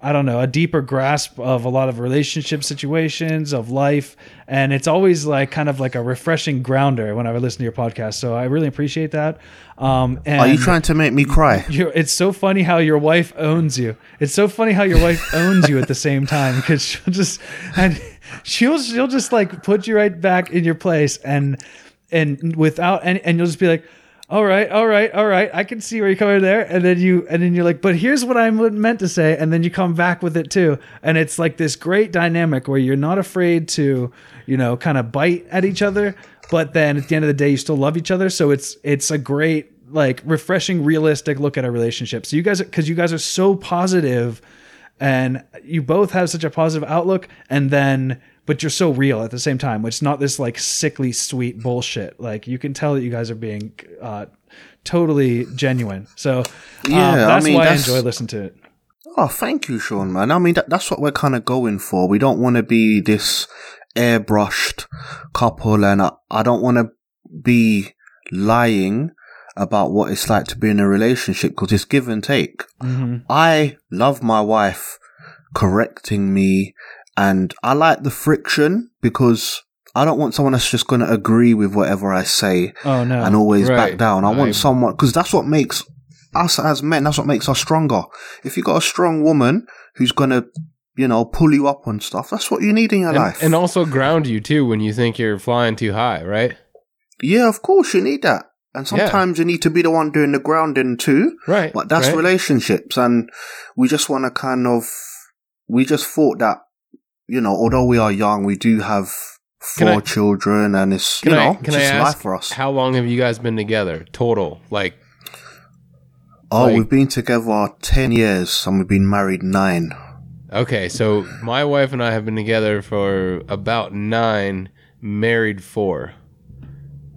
Speaker 1: I don't know a deeper grasp of a lot of relationship situations of life, and it's always like kind of like a refreshing grounder when I listen to your podcast. So I really appreciate that. Um, and
Speaker 3: Are you trying to make me cry?
Speaker 1: you're, it's so funny how your wife owns you. It's so funny how your wife owns you at the same time because she'll just and she'll she'll just like put you right back in your place and and without any and you'll just be like, all right, all right, all right. I can see where you're coming there, and then you, and then you're like, but here's what I meant to say, and then you come back with it too, and it's like this great dynamic where you're not afraid to, you know, kind of bite at each other, but then at the end of the day, you still love each other. So it's it's a great like refreshing, realistic look at a relationship. So you guys, because you guys are so positive, and you both have such a positive outlook, and then. But you're so real at the same time. It's not this like sickly sweet bullshit. Like you can tell that you guys are being uh, totally genuine. So uh,
Speaker 3: Yeah, I
Speaker 1: that's
Speaker 3: mean,
Speaker 1: why
Speaker 3: that's-
Speaker 1: I enjoy listening to it.
Speaker 3: Oh, thank you, Sean, man. I mean, that, that's what we're kind of going for. We don't want to be this airbrushed couple, and I, I don't want to be lying about what it's like to be in a relationship because it's give and take. Mm-hmm. I love my wife correcting me, and I like the friction because I don't want someone that's just going to agree with whatever I say
Speaker 1: Oh, no.
Speaker 3: and always
Speaker 2: Right.
Speaker 3: back down. I
Speaker 2: I-
Speaker 3: want someone because that's what makes us as men. That's what makes us stronger. If you got a strong woman who's going to, you know, pull you up on stuff, that's what you need in your
Speaker 2: And,
Speaker 3: life.
Speaker 2: and also ground you too when you think you're flying too high, right?
Speaker 3: yeah, of course you need that.
Speaker 2: Yeah.
Speaker 3: And sometimes you need to be the one doing the grounding too.
Speaker 2: Right.
Speaker 3: But that's
Speaker 2: right.
Speaker 3: relationships, and we just want to kind of, we just thought that, you know, although we are young, we do have
Speaker 2: Can
Speaker 3: four
Speaker 2: I-
Speaker 3: children, and it's
Speaker 2: Can
Speaker 3: you know,
Speaker 2: I can
Speaker 3: it's
Speaker 2: I
Speaker 3: just
Speaker 2: ask
Speaker 3: life for us.
Speaker 2: how long have you guys been together total? Like
Speaker 3: oh,
Speaker 2: like-
Speaker 3: we've been together ten years, and we've been married nine.
Speaker 2: okay, so my wife and I have been together for about nine, married four.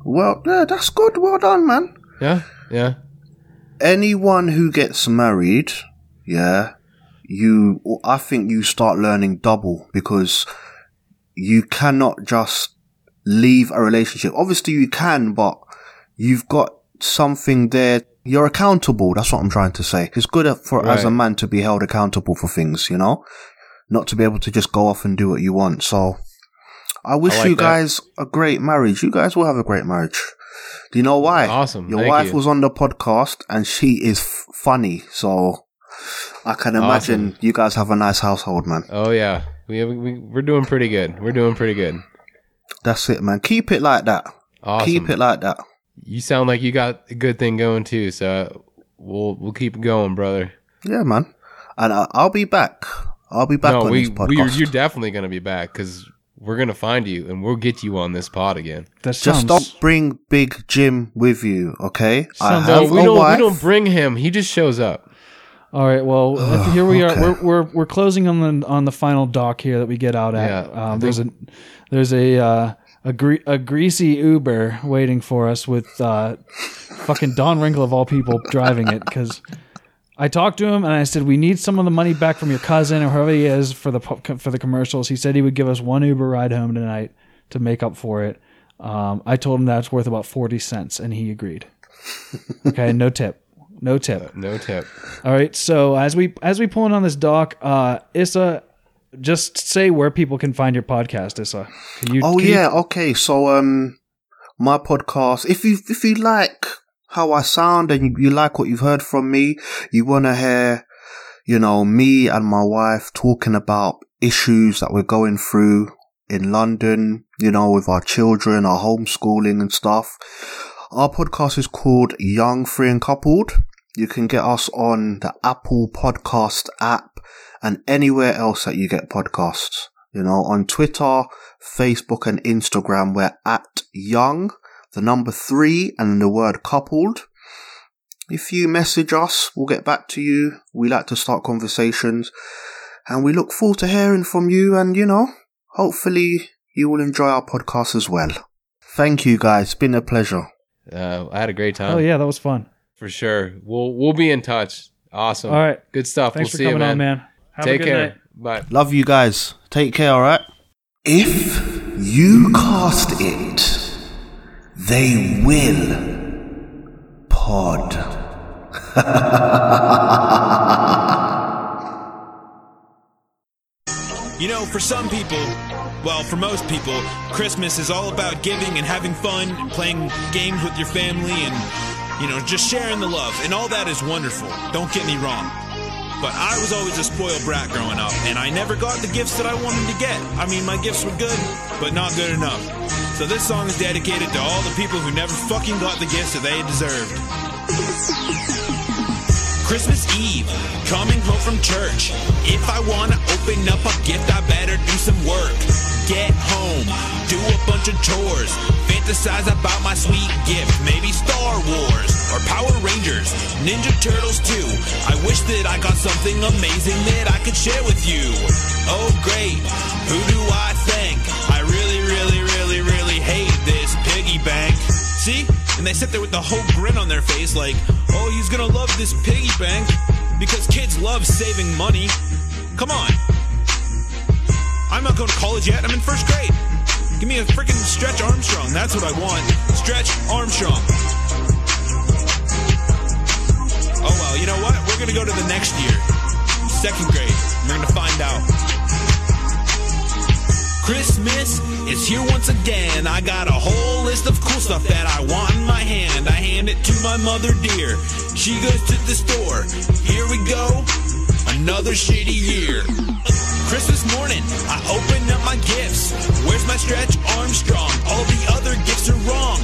Speaker 3: Well, yeah, that's good. Well done, man.
Speaker 2: Yeah, yeah.
Speaker 3: Anyone who gets married, yeah, you, I think you start learning double because you cannot just leave a relationship. Obviously, you can, but you've got something there. You're accountable. That's what I'm trying to say. It's good for as a
Speaker 2: Right.
Speaker 3: man to be held accountable for things, you know, not to be able to just go off and do what you want. So, I wish
Speaker 2: like
Speaker 3: you
Speaker 2: that.
Speaker 3: guys a great marriage. You guys will have a great marriage. Do you know why?
Speaker 2: Awesome.
Speaker 3: Your
Speaker 2: Thank
Speaker 3: wife
Speaker 2: you.
Speaker 3: was on the podcast, and she is f- funny. So. I can imagine you guys have a nice household, man.
Speaker 2: Oh yeah. We, have, we we're doing pretty good. We're doing pretty good.
Speaker 3: That's it, man. Keep it like that.
Speaker 2: Awesome.
Speaker 3: Keep it like that.
Speaker 2: You sound like you got a good thing going too, so we'll we'll keep it going, brother.
Speaker 3: Yeah, man. And I, I'll be back. I'll be back
Speaker 2: no,
Speaker 3: on
Speaker 2: we,
Speaker 3: this
Speaker 2: we
Speaker 3: podcast.
Speaker 2: you're definitely gonna be back because we're gonna find you and we'll get you on this pod again.
Speaker 1: That
Speaker 3: Just
Speaker 1: sounds
Speaker 3: don't bring Big Jim with you, okay? I
Speaker 1: Sounds-
Speaker 2: No,
Speaker 3: have
Speaker 2: we
Speaker 3: a
Speaker 2: don't
Speaker 3: wife.
Speaker 2: we don't bring him. He just shows up.
Speaker 1: all right. Well, I think here we are.
Speaker 3: okay.
Speaker 1: We're, we're we're closing on the on the final dock here that we get out at.
Speaker 2: Yeah, I
Speaker 1: um, there's a there's a uh, a, gre- a greasy Uber waiting for us with uh, fucking Don Wrinkle of all people driving it because. I talked to him and I said we need some of the money back from your cousin or whoever he is for the pu- for the commercials. He said he would give us one Uber ride home tonight to make up for it. Um, I told him that's worth about forty cents, and he agreed. Okay, no tip, no tip.
Speaker 2: Uh, No tip.
Speaker 1: All right. So as we as we pull in on this doc, uh, Issa, just say where people can find your podcast, Issa. Can you,
Speaker 3: Oh
Speaker 1: can you-
Speaker 3: yeah, okay. So um, my podcast. If you if you like how I sound and you, you like what you've heard from me, you want to hear, you know, me and my wife talking about issues that we're going through in London. You know, with our children, our homeschooling and stuff. Our podcast is called Young, Free and Coupled. You can get us on the Apple Podcast app and anywhere else that you get podcasts. You know, on Twitter, Facebook, and Instagram, we're at Young, the number three, and the word coupled. If you message us, we'll get back to you. We like to start conversations and we look forward to hearing from you. And, you know, hopefully you will enjoy our podcast as well. Thank you guys. It's been a pleasure.
Speaker 2: Uh, I had a great time.
Speaker 1: Oh yeah, that was fun.
Speaker 2: for sure. We'll we'll be in touch. Awesome.
Speaker 1: All right.
Speaker 2: Good stuff.
Speaker 1: Thanks
Speaker 2: we'll
Speaker 1: for
Speaker 2: see
Speaker 1: coming
Speaker 2: you, man.
Speaker 1: on, man. Have
Speaker 2: Take
Speaker 1: a good
Speaker 2: care. Bye.
Speaker 1: night.
Speaker 3: Love you guys. Take care, alright? If you cast it, they will pod.
Speaker 13: You know, for some people, well, for most people, Christmas is all about giving and having fun and playing games with your family and, you know, just sharing the love. And all that is wonderful. Don't get me wrong. But I was always a spoiled brat growing up, and I never got the gifts that I wanted to get. I mean, my gifts were good, but not good enough. So So this song is dedicated to all the people who never fucking got the gifts that they deserved. Christmas Eve, coming home from church. If I wanna open up a gift, I better do some work. Get home, do a bunch of chores, fantasize about my sweet gift. Maybe Star Wars or Power Rangers, Ninja Turtles 2. I wish that I got something amazing that I could share with you. Oh great, who do I thank? I really, really, really, really hate this piggy bank. See? And they sit there with the whole grin on their face, like, oh, he's gonna love this piggy bank because kids love saving money. Come on. I'm not going to college yet, I'm in first grade. Give me a freaking Stretch Armstrong, that's what I want. Stretch Armstrong. Oh well, you know what? We're gonna go to the next year, second grade. We're gonna find out. Christmas is here once again. I got a whole list of cool stuff that I want in my hand. I hand it to my mother dear. She goes to the store. Here we go. Another shitty year. Christmas morning, I open up my gifts. Where's my stretch Armstrong? All the other gifts are wrong.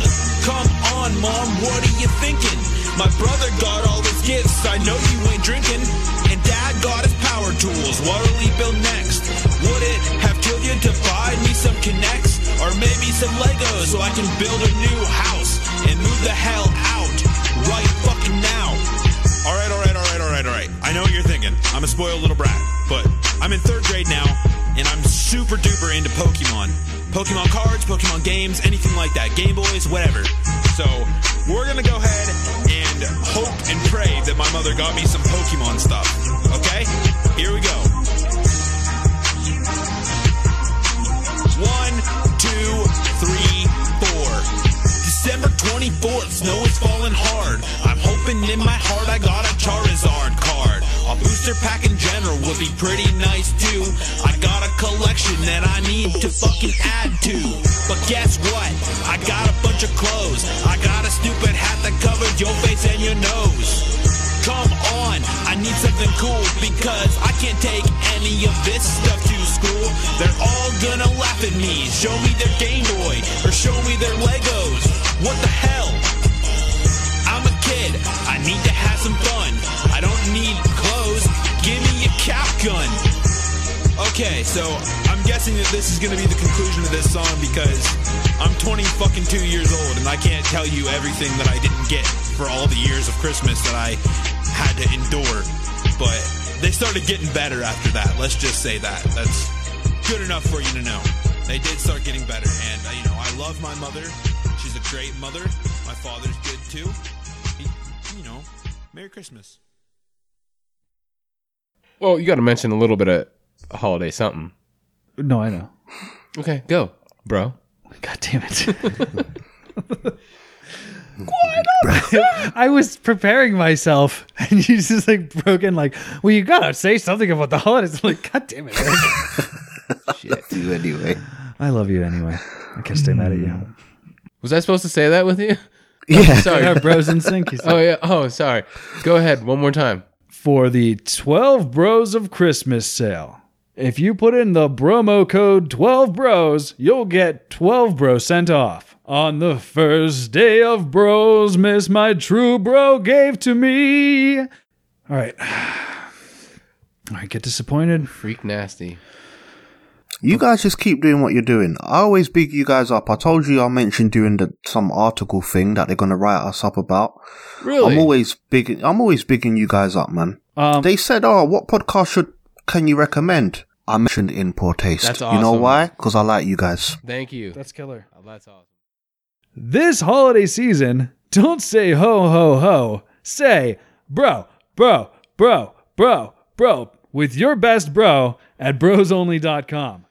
Speaker 13: Come on, mom, what are you thinking? My brother got all his gifts. I know you ain't drinking. And dad got his power tools. What'll he build next? Would it have killed you to buy me some Kinects? Or maybe some Legos so I can build a new house and move the hell out right fucking now? All right, all right, all right, all right, all right. I know what you're thinking. I'm a spoiled little brat, but I'm in third grade now, and I'm super duper into Pokemon. Pokemon cards, Pokemon games, anything like that. Game Boys, whatever. So, we're gonna go ahead and hope and pray that my mother got me some Pokemon stuff. Okay? Here we go. One, two, three, four. December 24th, snow is falling hard. I'm hoping in my heart I got a Charizard card. A booster pack in general would be pretty nice too. I got a collection that I need to fucking add to. But guess what? I got a bunch of clothes. I got a stupid hat that covers your face and your nose. Come on, I need something cool because I can't take any of this stuff to school. They're all gonna laugh at me. Show me their Game Boy or show me their Legos. What the hell? I'm a kid. I need to have some fun. I don't need clothes. Give me a cap gun. Okay, so I'm guessing that this is gonna be the conclusion of this song because I'm 20 fucking two years old and I can't tell you everything that I didn't get for all the years of Christmas that I had to endure. But they started getting better after that. Let's just say that. That's good enough for you to know. They did start getting better, and uh, you know I love my mother. She's a great mother. My father's good too. He, you know, Merry Christmas.
Speaker 2: Well, you got to mention a little bit of holiday something.
Speaker 1: No, I know.
Speaker 2: Okay, go, bro.
Speaker 1: God damn it. I was preparing myself, and you just like broke in, like, well, you gotta say something about the holidays. I'm like, God damn it! Eric."
Speaker 3: Do anyway.
Speaker 1: I love you anyway. I can't stay mad at you.
Speaker 2: Was I supposed to say that with you?
Speaker 1: Yeah.
Speaker 2: sorry,
Speaker 1: Our bros in sync, you said.
Speaker 2: Oh yeah. Oh, sorry. Go ahead one more time.
Speaker 1: for the 12 Bros of Christmas sale. If you put in the promo code 12 Bros, you'll get 12 Bros sent off. On the first day of Bros, Miss My True Bro gave to me. All right. I get disappointed.
Speaker 2: Freak nasty.
Speaker 3: You guys just keep doing what you're doing. I always big you guys up. I told you I mentioned doing the, some article thing that they're gonna write us up about.
Speaker 2: Really?
Speaker 3: I'm always big. I'm always bigging you guys up, man.
Speaker 1: Um,
Speaker 3: they said, "Oh, what podcast should can you recommend?" I mentioned in poor taste.
Speaker 2: That's
Speaker 3: You know
Speaker 2: awesome.
Speaker 3: why? Because I like you guys.
Speaker 2: Thank you.
Speaker 1: That's killer.
Speaker 2: Oh, that's awesome.
Speaker 1: This holiday season, don't say ho ho ho. Say bro, bro, bro, bro, bro with your best bro at brosonly.com.